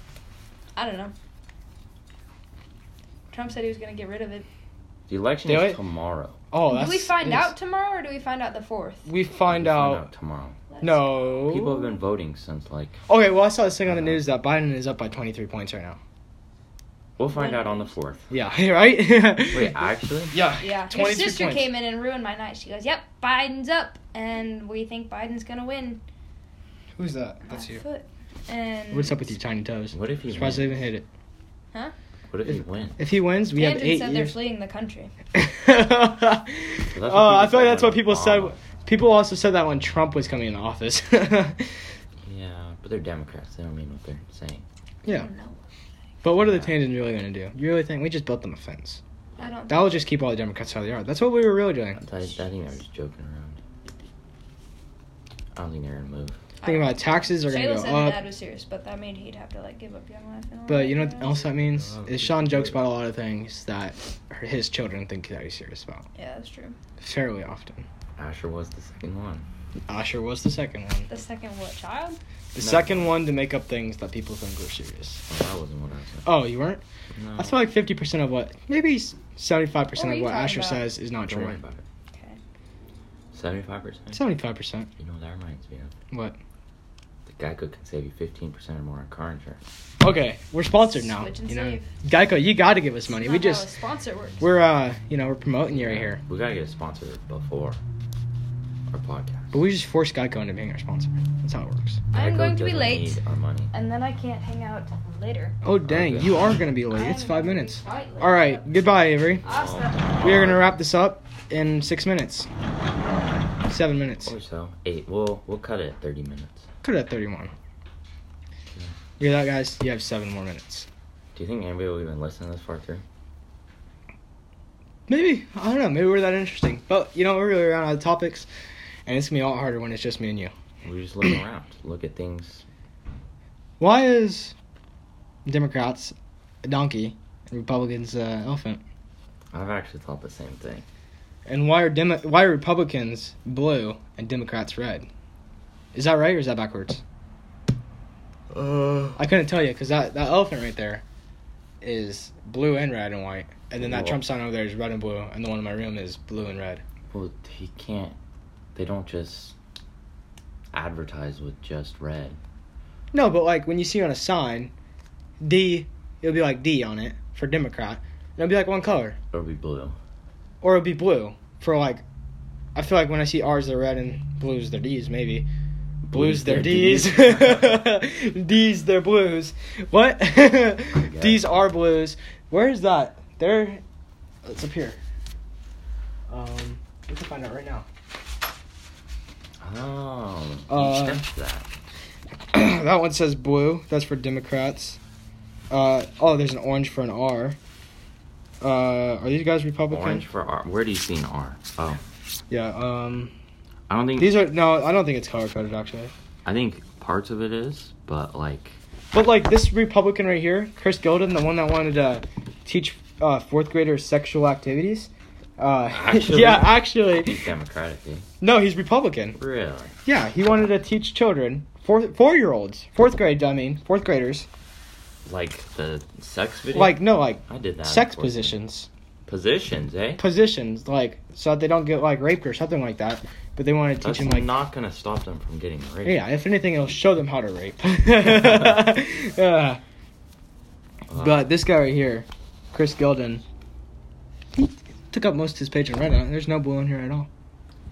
Speaker 3: I don't know. Trump said he was going to get rid of it.
Speaker 1: The election
Speaker 2: Do
Speaker 1: is
Speaker 2: it.
Speaker 1: tomorrow.
Speaker 2: Oh, that's,
Speaker 3: do we find
Speaker 2: it's-
Speaker 3: out tomorrow or do we find out the 4th?
Speaker 2: We find
Speaker 1: We'll
Speaker 2: out.
Speaker 1: tomorrow.
Speaker 3: Let's-
Speaker 2: No.
Speaker 1: People have been Uh-huh. voting since like.
Speaker 2: Okay, well, I saw this thing on the news that Biden is up by 23 points right now.
Speaker 1: We'll find out on the fourth.
Speaker 2: Yeah, right?
Speaker 1: Wait, actually,
Speaker 2: yeah.
Speaker 3: Yeah. Your
Speaker 2: 23
Speaker 3: sister
Speaker 2: points.
Speaker 3: came in and ruined my night. She goes, Yep, Biden's up. And we think Biden's going to win.
Speaker 2: Who's that?
Speaker 3: by
Speaker 2: That's you.
Speaker 3: Foot. And
Speaker 2: What's up with your tiny toes?
Speaker 1: what if he
Speaker 2: Surprised they
Speaker 1: wins?
Speaker 2: even hit it.
Speaker 1: What if he wins?
Speaker 2: If he wins, we have
Speaker 3: Tangent
Speaker 2: eight
Speaker 3: said they're
Speaker 2: years.
Speaker 3: fleeing the country.
Speaker 2: oh, I feel like that's what people said.
Speaker 1: Obama.
Speaker 2: People also said that when Trump was coming into office.
Speaker 1: Yeah, but they're Democrats. They don't mean what they're saying.
Speaker 3: I
Speaker 2: yeah.
Speaker 3: don't know.
Speaker 2: But what are the tangents really going to do? You really think we just built them a fence?
Speaker 3: I don't
Speaker 2: That will just keep all the Democrats how they are. That's what we were really
Speaker 1: I,
Speaker 2: doing.
Speaker 1: I think they're just joking around. I don't think they're gonna move.
Speaker 2: Thinking about taxes are going
Speaker 3: Shayla
Speaker 2: to
Speaker 3: said
Speaker 2: go
Speaker 3: her dad
Speaker 2: up.
Speaker 3: was serious, but that mean he'd have to like give up young life. And all
Speaker 2: But
Speaker 3: that
Speaker 2: you know
Speaker 3: jazz.
Speaker 2: what else that means?
Speaker 1: Oh,
Speaker 2: Is Sean
Speaker 1: good.
Speaker 2: jokes about a lot of things that her- his children think that he's serious about.
Speaker 3: Yeah, that's true.
Speaker 2: Fairly often.
Speaker 1: Asher was the second one.
Speaker 2: Asher was the second one.
Speaker 3: The second what child?
Speaker 2: The
Speaker 1: No.
Speaker 2: second one to make up things that people think were serious.
Speaker 1: Well, that wasn't what I said.
Speaker 2: Oh, you weren't?
Speaker 1: No.
Speaker 2: I feel like 50% of what, maybe 75%
Speaker 3: What were
Speaker 2: of
Speaker 3: you
Speaker 2: what
Speaker 3: talking
Speaker 2: Asher
Speaker 3: about?
Speaker 2: says is not
Speaker 1: Don't worry
Speaker 2: true.
Speaker 1: about it.
Speaker 3: Okay.
Speaker 1: Seventy-five percent.
Speaker 2: 75%.
Speaker 1: You know what that reminds me of?
Speaker 2: What?
Speaker 1: The Geico can save you fifteen percent or more on car insurance.
Speaker 2: Okay, we're sponsored now.
Speaker 3: Switch and
Speaker 2: You know,
Speaker 3: save.
Speaker 2: Geico, you got to give us money.
Speaker 3: Not
Speaker 2: We
Speaker 3: how a
Speaker 2: just
Speaker 3: sponsor works.
Speaker 2: we're uh, you know, we're promoting you right here.
Speaker 1: We gotta get a sponsor before our podcast.
Speaker 2: But we just forced Geico into being our sponsor. That's how it works.
Speaker 3: I'm
Speaker 1: Geico
Speaker 3: going to be
Speaker 1: doesn't
Speaker 3: late, Uh,
Speaker 1: Need our money.
Speaker 3: and then I can't hang out later.
Speaker 2: Oh dang,
Speaker 1: Okay.
Speaker 2: you are gonna be late. It's
Speaker 3: I'm
Speaker 2: five
Speaker 3: gonna be
Speaker 2: minutes.
Speaker 3: quite late.
Speaker 2: All right, goodbye, Avery.
Speaker 3: Awesome.
Speaker 2: We are gonna wrap this up in six minutes. Seven minutes.
Speaker 1: Or so eight. We'll we'll cut it at thirty minutes.
Speaker 2: Could have thirty-one. Hear that, guys? You have seven more minutes.
Speaker 1: Do you think anybody will even listen this far through?
Speaker 2: Maybe I don't know. Maybe we're that interesting. But you know, we're really around out of topics, and it's gonna be a lot harder when it's just me and you.
Speaker 1: We just look around, look at things.
Speaker 2: Why is Democrats a donkey and Republicans a elephant?
Speaker 1: I've actually thought the same thing.
Speaker 2: And why are Demo- why are Republicans blue and Democrats red? Is that right or is that backwards?
Speaker 1: Uh,
Speaker 2: I couldn't tell you because that, that elephant right there is blue and red and white, and then that
Speaker 1: Cool.
Speaker 2: Trump sign over there is red and blue, and the one in my room is blue and red.
Speaker 1: well, he can't. They don't just advertise with just red.
Speaker 2: No, but like when you see on a sign, D, it'll be like D on it for Democrat, and it'll be like one color,
Speaker 1: It'll be blue.
Speaker 2: or it'll be blue for like. I feel like when I see R's, they're red and blues, they're D's, maybe. Blues their D's. D's their blues. What? D's are blues. Where is that? There. It's up here. Um, we can find out right now.
Speaker 1: oh,
Speaker 2: Uh,
Speaker 1: you checked that.
Speaker 2: that one says blue. That's for Democrats. Uh, oh, there's an orange for an R. Uh, are these guys Republican?
Speaker 1: Orange for R. Where do you see an R? Oh,
Speaker 2: Yeah. Um,
Speaker 1: I don't think
Speaker 2: these are no. I don't think it's color coded actually.
Speaker 1: I think parts of it is, but like
Speaker 2: But like this Republican right here, Chris Gilden, the one that wanted to teach uh, fourth graders sexual activities. Uh,
Speaker 1: Actually?
Speaker 2: yeah, actually,
Speaker 1: he's Democratic. eh?
Speaker 2: no, he's Republican.
Speaker 1: Really?
Speaker 2: Yeah, he wanted to teach children, four four year olds, fourth grade. I mean, fourth graders,
Speaker 1: Like the sex video.
Speaker 2: like no, like
Speaker 1: I did that.
Speaker 2: sex
Speaker 1: unfortunately.
Speaker 2: positions.
Speaker 1: Positions, eh?
Speaker 2: positions, like so that they don't get like raped or something like that. But they want to teach
Speaker 1: That's
Speaker 2: them like
Speaker 1: not gonna stop them from getting raped.
Speaker 2: yeah, if anything, it'll show them how to rape. Yeah.
Speaker 1: Uh,
Speaker 2: But this guy right here, Chris Gilden, he took up most of his page on Reddit. There's no blue in here at all.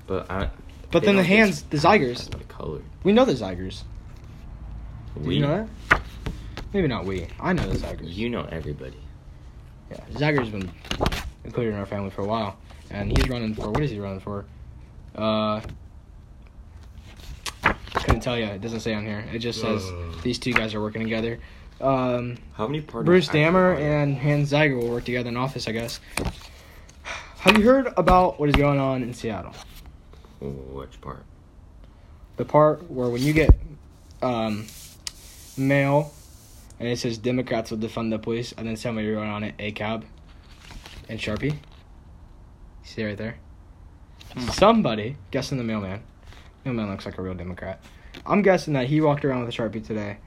Speaker 1: but I,
Speaker 2: But
Speaker 1: they
Speaker 2: then the
Speaker 1: don't get
Speaker 2: hands, the zygers.
Speaker 1: the color.
Speaker 2: We know the zygers. Did
Speaker 1: We
Speaker 2: you know that? Maybe not we. I know the zygers.
Speaker 1: You know everybody.
Speaker 2: Yeah, Zagger's been included in our family for a while, and he's running for what is he running for? Uh, couldn't tell you. It doesn't say on here. It just says these two guys are working together. Um,
Speaker 1: How many parties?
Speaker 2: Bruce
Speaker 1: actually
Speaker 2: Dammer
Speaker 1: are there?
Speaker 2: and Hans Zager will work together in office, I guess. Have you heard about what is going on in Seattle?
Speaker 1: Which part?
Speaker 2: The part where when you get um, mail and it says Democrats will defund the police, and then somebody wrote on it A cab and Sharpie. See right there? Somebody, guessing the mailman. Mailman looks like a real Democrat. I'm guessing that he walked around with a Sharpie today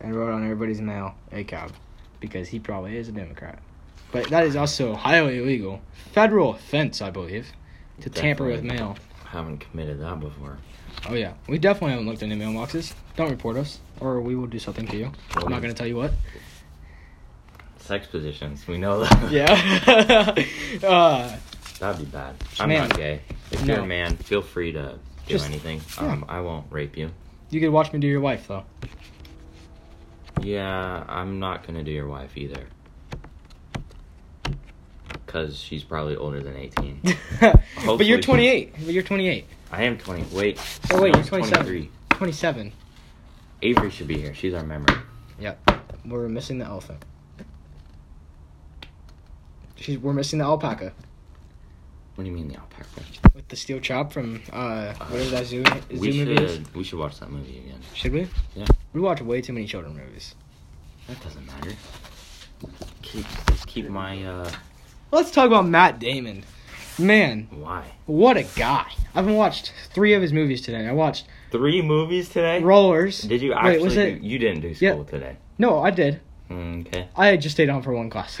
Speaker 2: and wrote on everybody's mail A cab because he probably is a Democrat. But that is also highly illegal. Federal offense, I believe, to tamper with
Speaker 1: Definitely.
Speaker 2: mail.
Speaker 1: Haven't committed that before.
Speaker 2: Oh yeah, we definitely haven't looked at any mailboxes. Don't report us, or we will do something to you. I'm not gonna tell you what.
Speaker 1: Sex positions. We know that.
Speaker 2: Yeah. uh,
Speaker 1: That'd be bad. I'm
Speaker 2: Man.
Speaker 1: not gay. If you're
Speaker 2: No.
Speaker 1: a man, feel free to do
Speaker 2: Just-
Speaker 1: anything.
Speaker 2: yeah.
Speaker 1: Um, I won't rape you.
Speaker 2: you could watch me do your wife though.
Speaker 1: Yeah, I'm not gonna do your wife either. Cause she's probably older than 18.
Speaker 2: but you're
Speaker 1: Hopefully.
Speaker 2: 28. But you're 28.
Speaker 1: I am 20. Wait.
Speaker 2: Oh wait,
Speaker 1: No,
Speaker 2: you're 27. 27.
Speaker 1: Avery should be here. She's our memory.
Speaker 2: Yep. We're missing the elephant. She's, we're missing the alpaca
Speaker 1: What do you mean the alpaca?
Speaker 2: with the steel chop from uh,
Speaker 1: Uh,
Speaker 2: whatever that zoo, zoo
Speaker 1: we
Speaker 2: movie is.
Speaker 1: should we should watch that movie again.
Speaker 2: Should we?
Speaker 1: Yeah.
Speaker 2: We watch way too many children movies.
Speaker 1: That doesn't matter. Keep keep my uh
Speaker 2: Let's talk about Matt Damon. Man,
Speaker 1: why
Speaker 2: What a guy! I've watched three of his movies today. I watched
Speaker 1: three movies today.
Speaker 2: Rollers.
Speaker 1: Did you actually?
Speaker 2: Wait, was it?
Speaker 1: do- you didn't do
Speaker 2: Yeah.
Speaker 1: school today. Mm,
Speaker 2: No, I did.
Speaker 1: Okay.
Speaker 2: I had just stayed home for one class.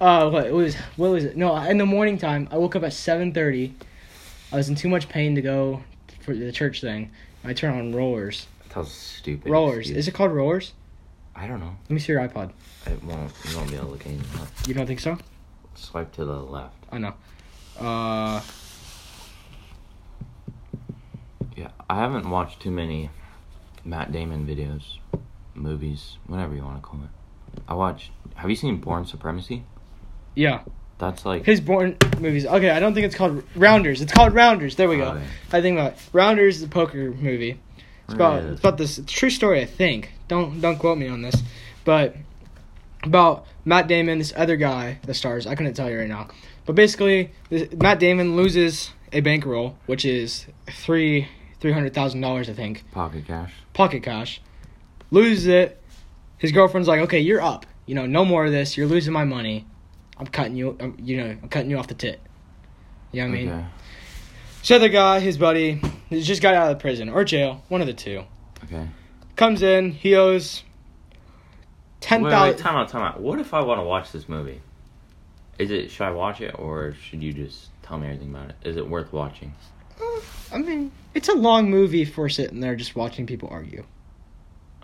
Speaker 2: uh, what it was? What was it? No, in the morning time, I woke up at seven thirty. I was in too much pain to go for the church thing. I turned on Rollers.
Speaker 1: That was stupid.
Speaker 2: Rollers. Is it called Rollers?
Speaker 1: I don't know.
Speaker 2: Let me see your iPod.
Speaker 1: It won't. You won't be able to look anything up.
Speaker 2: You don't think so?
Speaker 1: Swipe to the left.
Speaker 2: I know. Uh,
Speaker 1: Yeah, I haven't watched too many Matt Damon videos, movies, whatever you want to call it. I watched. Have you seen Born Supremacy?
Speaker 2: yeah.
Speaker 1: That's like.
Speaker 2: His born movies. Okay, I don't think it's called Rounders. It's called Rounders. There we go.
Speaker 1: Okay.
Speaker 2: I think about it. Rounders is a poker movie. It's about
Speaker 1: Yeah.
Speaker 2: it's about this it's a true story, I think. Don't don't quote me on this, but about Matt Damon, this other guy that stars. I couldn't tell you right now, but basically, this, Matt Damon loses a bankroll, which is three three hundred thousand dollars, I think,
Speaker 1: Pocket Cash.
Speaker 2: pocket cash. Loses it. His girlfriend's like, "Okay, you're up. You know, no more of this. You're losing my money. I'm cutting you. I'm, you know, I'm cutting you off the tit." You know what I mean?
Speaker 1: okay.
Speaker 2: So the guy, his buddy, he just got out of prison or jail, one of the two.
Speaker 1: Okay.
Speaker 2: Comes in, he owes ten
Speaker 1: wait, wait,
Speaker 2: thousand.
Speaker 1: time out, time out. What if I want to watch this movie? Is it should I watch it or should you just tell me everything about it? Is it worth watching?
Speaker 2: I mean, it's a long movie for sitting there just watching people argue.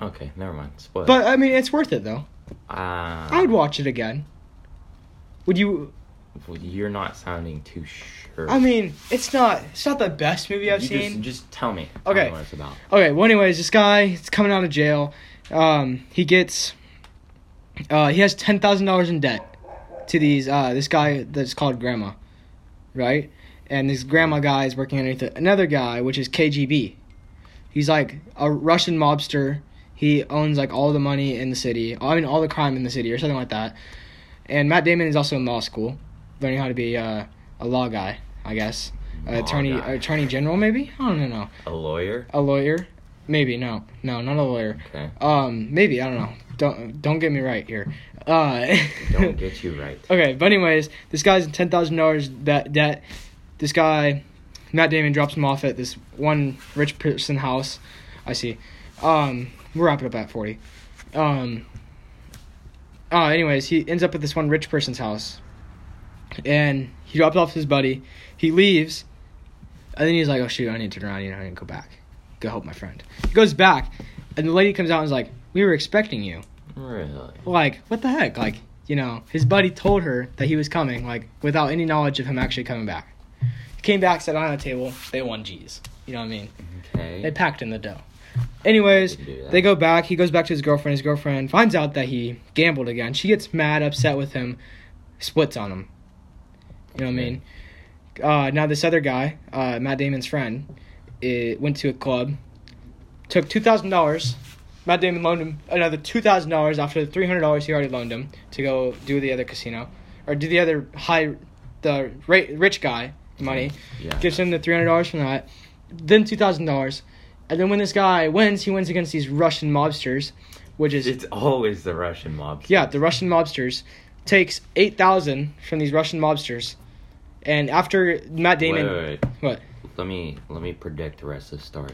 Speaker 1: Okay, never mind. Spoil.
Speaker 2: But I mean, it's worth it though.
Speaker 1: uh,
Speaker 2: I would watch it again. Would you?
Speaker 1: Well, You're not sounding too sure.
Speaker 2: I mean, it's not. It's not the best movie I've
Speaker 1: You
Speaker 2: seen.
Speaker 1: Just, just tell me. tell
Speaker 2: Okay.
Speaker 1: me what it's about.
Speaker 2: Okay, well, anyways, this guy is coming out of jail. Um, he gets, uh, he has ten thousand dollars in debt to these uh, this guy that's called Grandma, right? And this Grandma guy is working underneath another guy, which is KGB. He's like a Russian mobster. He owns like all the money in the city. I mean, all the crime in the city, or something like that. And Matt Damon is also in law school, learning how to be uh, a law guy, I guess.
Speaker 1: Law
Speaker 2: Uh, attorney, uh,
Speaker 1: guy.
Speaker 2: attorney general, maybe? I don't know
Speaker 1: A lawyer?
Speaker 2: a lawyer maybe no no not a lawyer
Speaker 1: Okay.
Speaker 2: um maybe i don't know don't don't get me right here uh
Speaker 1: Don't get you right.
Speaker 2: okay but anyways this guy's in ten thousand dollars that debt this guy matt damon drops him off at this one rich person house i see um we're wrapping up at 40 um uh anyways he ends up at this one rich person's house and he dropped off his buddy. He leaves, and then he's like, "Oh shoot, I need to turn around. You know, I need to go back, go help my friend." He goes back, and the lady comes out and is like, "We were expecting you."
Speaker 1: Really?
Speaker 2: Like, what the heck? Like, you know, his buddy told her that he was coming, like, without any knowledge of him actually coming back. He came back, sat down at a table. They won G's. You know what I mean? They
Speaker 1: Okay.
Speaker 2: packed in the dough. Anyways,
Speaker 1: They do that.
Speaker 2: they go back. He goes back to his girlfriend. His girlfriend finds out that he gambled again. She gets mad, upset with him, splits on him. You know what I mean? Uh, now this other guy, uh, Matt Damon's friend, it, went to a club, took two thousand dollars. Matt Damon loaned him another two thousand dollars after the three hundred dollars he already loaned him to go do the other casino, or do the other high, the ra- rich guy money
Speaker 1: Yeah.
Speaker 2: gives him the three hundred dollars from that, then two thousand dollars, and then when this guy wins, he wins against these Russian mobsters, which is
Speaker 1: It's always the Russian mob.
Speaker 2: yeah, the Russian mobsters takes eight thousand from these Russian mobsters, and after Matt
Speaker 1: Wait,
Speaker 2: Damon,
Speaker 1: wait, wait.
Speaker 2: what?
Speaker 1: Let me let me predict the rest of the story.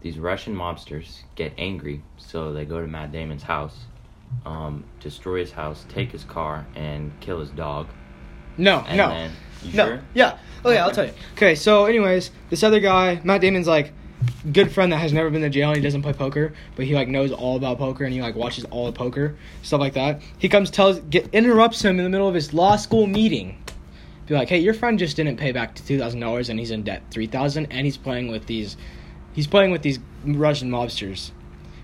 Speaker 1: These Russian mobsters get angry, so they go to Matt Damon's house, um, destroy his house, take his car, and kill his dog.
Speaker 2: No,
Speaker 1: And
Speaker 2: no,
Speaker 1: then, you
Speaker 2: no,
Speaker 1: sure?
Speaker 2: yeah. Oh yeah, I'll tell you. Okay, so anyways, this other guy, Matt Damon's like good friend that has never been to jail and he doesn't play poker, but he like knows all about poker and he like watches all the poker stuff like that. He comes tells get interrupts him in the middle of his law school meeting. Be like, hey, your friend just didn't pay back two thousand dollars and he's in debt three thousand and he's playing with these, he's playing with these Russian mobsters.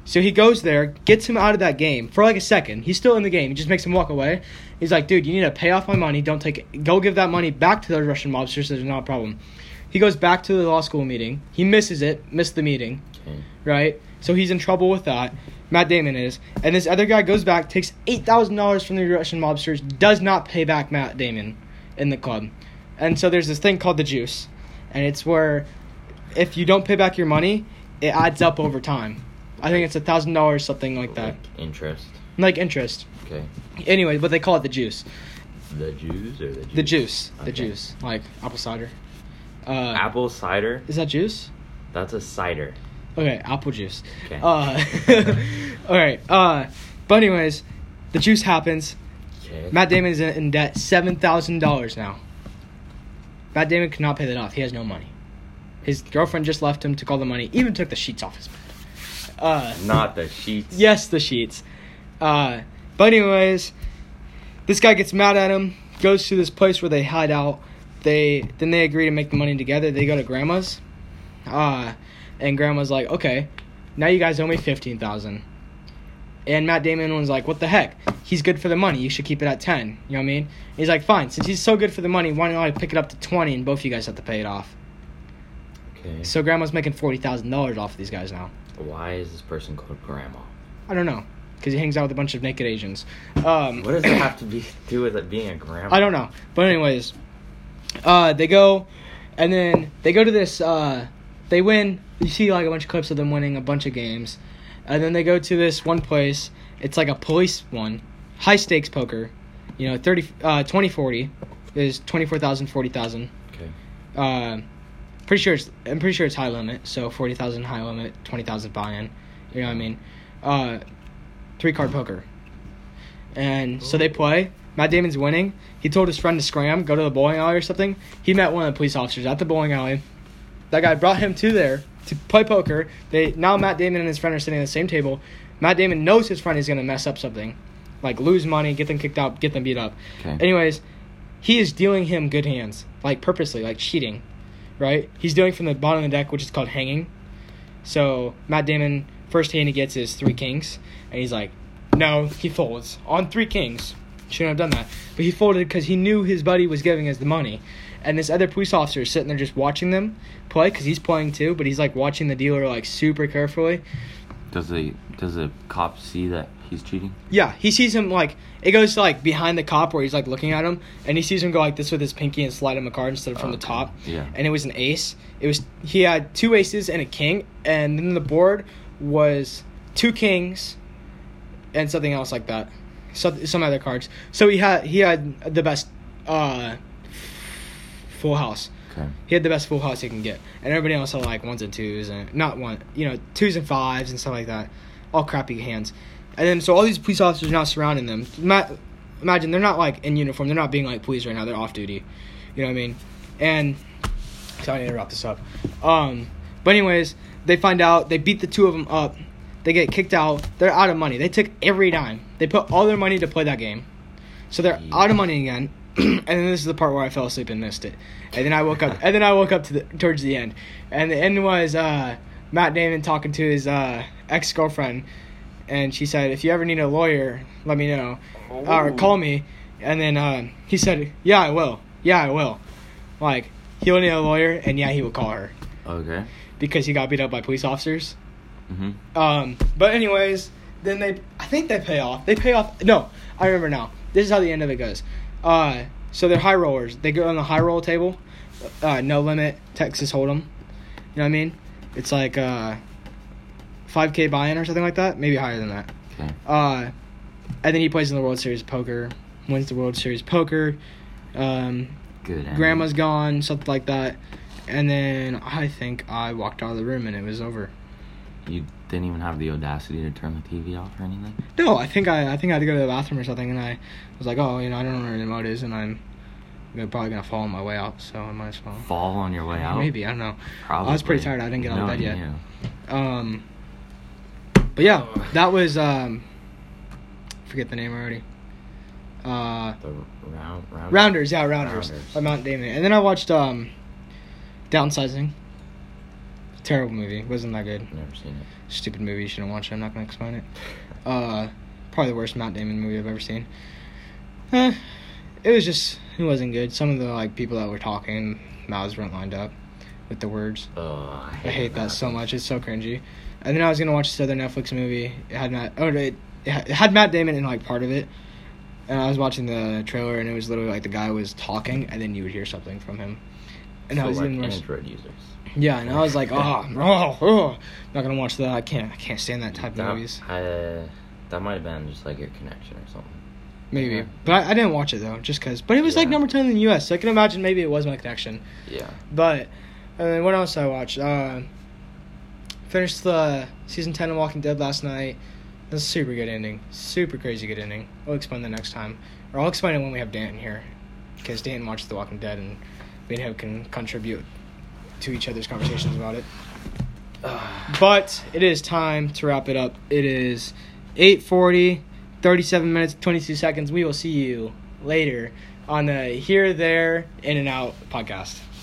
Speaker 2: So he goes there, gets him out of that game for like a second. He's still in the game. He just makes him walk away. He's like, dude, you need to pay off my money. Don't take it. Go give that money back to those Russian mobsters. There's not a problem. He goes back to the law school meeting. He misses it, missed the meeting,
Speaker 1: Okay.
Speaker 2: right? So he's in trouble with that. Matt Damon is. And this other guy goes back, takes $8,000 from the Russian mobsters, does not pay back Matt Damon in the club. And so there's this thing called the juice. And it's where if you don't pay back your money, it adds up over time. I think it's a thousand dollars, something like that,
Speaker 1: Like interest.
Speaker 2: like interest.
Speaker 1: Okay.
Speaker 2: Anyway, but they call it the juice,
Speaker 1: The Jews or the Jews?
Speaker 2: the juice, the
Speaker 1: Okay.
Speaker 2: juice, like apple cider. Uh,
Speaker 1: Apple cider.
Speaker 2: is that juice?
Speaker 1: That's a cider.
Speaker 2: Okay, apple juice.
Speaker 1: Okay.
Speaker 2: Uh, all right. Uh, but anyways, the juice happens.
Speaker 1: Okay.
Speaker 2: Matt Damon is in- in debt seven thousand dollars now. Matt Damon cannot pay that off. He has no money. His girlfriend just left him, took all the money, even took the sheets off his bed. Uh,
Speaker 1: Not the sheets.
Speaker 2: Yes, the sheets. Uh, but anyways, this guy gets mad at him. Goes to this place where they hide out. They then they agree to make the money together. They go to grandma's, uh, and grandma's like, "Okay, now you guys owe me fifteen thousand. And Matt Damon was like, "What the heck? He's good for the money. You should keep it at ten. You know what I mean?" And he's like, "Fine. Since he's so good for the money, why don't I pick it up to twenty, and both of you guys have to pay it off?"
Speaker 1: Okay.
Speaker 2: So grandma's making forty thousand dollars off of these guys now.
Speaker 1: Why is this person called Grandma?
Speaker 2: I don't know, because he hangs out with a bunch of naked Asians. Um,
Speaker 1: What does it have to be do with it being a grandma?
Speaker 2: I don't know. But anyways, uh, they go, and then they go to this. Uh, they win. You see like a bunch of clips of them winning a bunch of games, and then they go to this one place. It's like a police one, high stakes poker. You know, 30, uh, 20, 40 is 24,000, 40,000.
Speaker 1: Okay.
Speaker 2: Uh, pretty sure it's I'm pretty sure it's high limit. So 40,000 high limit, 20,000 buy-in. You know what I mean? Uh, three card poker. And so they play. Matt Damon's winning. He told his friend to scram, go to the bowling alley or something. He met one of the police officers at the bowling alley. That guy brought him to there to play poker. They now Matt Damon and his friend are sitting at the same table. Matt Damon knows his friend is gonna mess up something, like lose money, get them kicked out, get them beat up.
Speaker 1: Okay.
Speaker 2: Anyways, he is dealing him good hands, like purposely, like cheating, right? He's dealing from the bottom of the deck, which is called hanging. So Matt Damon, first hand he gets is three kings, and he's like, no, he folds on three kings. Shouldn't have done that, but he folded because he knew his buddy was giving us the money, and this other police officer is sitting there just watching them play because he's playing too, but he's like watching the dealer like super carefully.
Speaker 1: Does the does the cop see that he's cheating?
Speaker 2: Yeah, he sees him like it goes to like behind the cop where he's like looking at him, and he sees him go like this with his pinky and slide him a card instead of from the
Speaker 1: Okay.
Speaker 2: top.
Speaker 1: Yeah.
Speaker 2: and it was an ace. It was he had two aces and a king, and then the board was two kings, and something else like that, some some other cards. So he had he had the best uh, full house.
Speaker 1: Okay.
Speaker 2: He had the best full house he can get, and everybody else had like ones and twos and not one, you know, twos and fives and stuff like that, all crappy hands. And then so all these police officers now surrounding them. Matt, imagine they're not like in uniform. They're not being like police right now. They're off duty. You know what I mean? And sorry to wrap this up. Um, but anyways, they find out they beat the two of them up. They get kicked out. They're out of money. They took every dime. They put all their money to play that game, so they're
Speaker 1: Yeah.
Speaker 2: out of money again. and then this is the part where I fell asleep and missed it. And then I woke up. And then I woke up to the, towards the end. And the end was uh, Matt Damon talking to his uh, ex girlfriend, and she said, "If you ever need a lawyer, let me know." uh, or call me. And then um, he said, yeah, I will. Yeah, I will. Like, he'll need a lawyer, and yeah, he will call her
Speaker 1: Okay.
Speaker 2: because he got beat up by police officers.
Speaker 1: Mm-hmm.
Speaker 2: Um, but anyways, then they, I think they pay off. They pay off. No, I remember now. This is how the end of it goes. Uh, so they're high rollers. They go on the high roll table, uh, no limit Texas Hold'em. You know what I mean? It's like uh, 5K buy-in or something like that. Maybe higher than that.
Speaker 1: Okay.
Speaker 2: Uh, and then he plays in the World Series of Poker, wins the World Series of Poker. Um,
Speaker 1: Good. ending.
Speaker 2: grandma's gone, something like that. And then I think I walked out of the room and it was over.
Speaker 1: You didn't even have the audacity to turn the TV off or anything.
Speaker 2: No, I think I, I think I had to go to the bathroom or something, and I was like, oh, you know, I don't know where the remote is, and I'm gonna- probably gonna fall on my way out, so I might as well.
Speaker 1: Fall on your way out.
Speaker 2: Maybe I don't know.
Speaker 1: Probably.
Speaker 2: was pretty tired, I didn't get out of
Speaker 1: Knowing
Speaker 2: bed yet.
Speaker 1: you.
Speaker 2: Um, but yeah, that was um, forget the name already. Uh,
Speaker 1: The round. round
Speaker 2: Rounders, yeah, Rounders.
Speaker 1: Rounders.
Speaker 2: By Mount Damon. And then I watched um Downsizing. Terrible movie. Wasn't that good.
Speaker 1: Never seen it.
Speaker 2: Stupid movie. You shouldn't watch it. I'm not going to explain it. Uh, probably the worst Mount Damon movie I've ever seen. Eh, it was just, it wasn't good. Some of the like people that were talking, mouths weren't lined up with the words.
Speaker 1: Oh, I hate,
Speaker 2: I hate that
Speaker 1: Rounders.
Speaker 2: so much. It's so cringy. And then I was gonna watch this other Netflix movie. It had Matt. Oh, it, it had- it had Matt Damon in like part of it. And I was watching the trailer, and it was literally like the guy was talking, and then you would hear something from him. And
Speaker 1: So
Speaker 2: I was
Speaker 1: like
Speaker 2: even worse.
Speaker 1: Android users.
Speaker 2: Yeah, and I was like, oh, oh, oh, not gonna watch that. I can't. I can't stand that type of movies.
Speaker 1: I, that might have been just like your connection or something.
Speaker 2: Maybe,
Speaker 1: yeah.
Speaker 2: but I, I didn't watch it though, just cause. But it was like
Speaker 1: Yeah.
Speaker 2: number ten in the U.S., so I can imagine maybe it was my connection.
Speaker 1: Yeah.
Speaker 2: But and then what else I watched? Uh, finished the season ten of Walking Dead last night. That's a super good ending. Super crazy good ending. I'll explain that next time, or I'll explain it when we have Dan here, because Dan watched The Walking Dead, and me and him can contribute to each other's conversations about it. But it is time to wrap it up. It is 8:40, 37 minutes 22 seconds. We will see you later on the Here, There, In and Out podcast.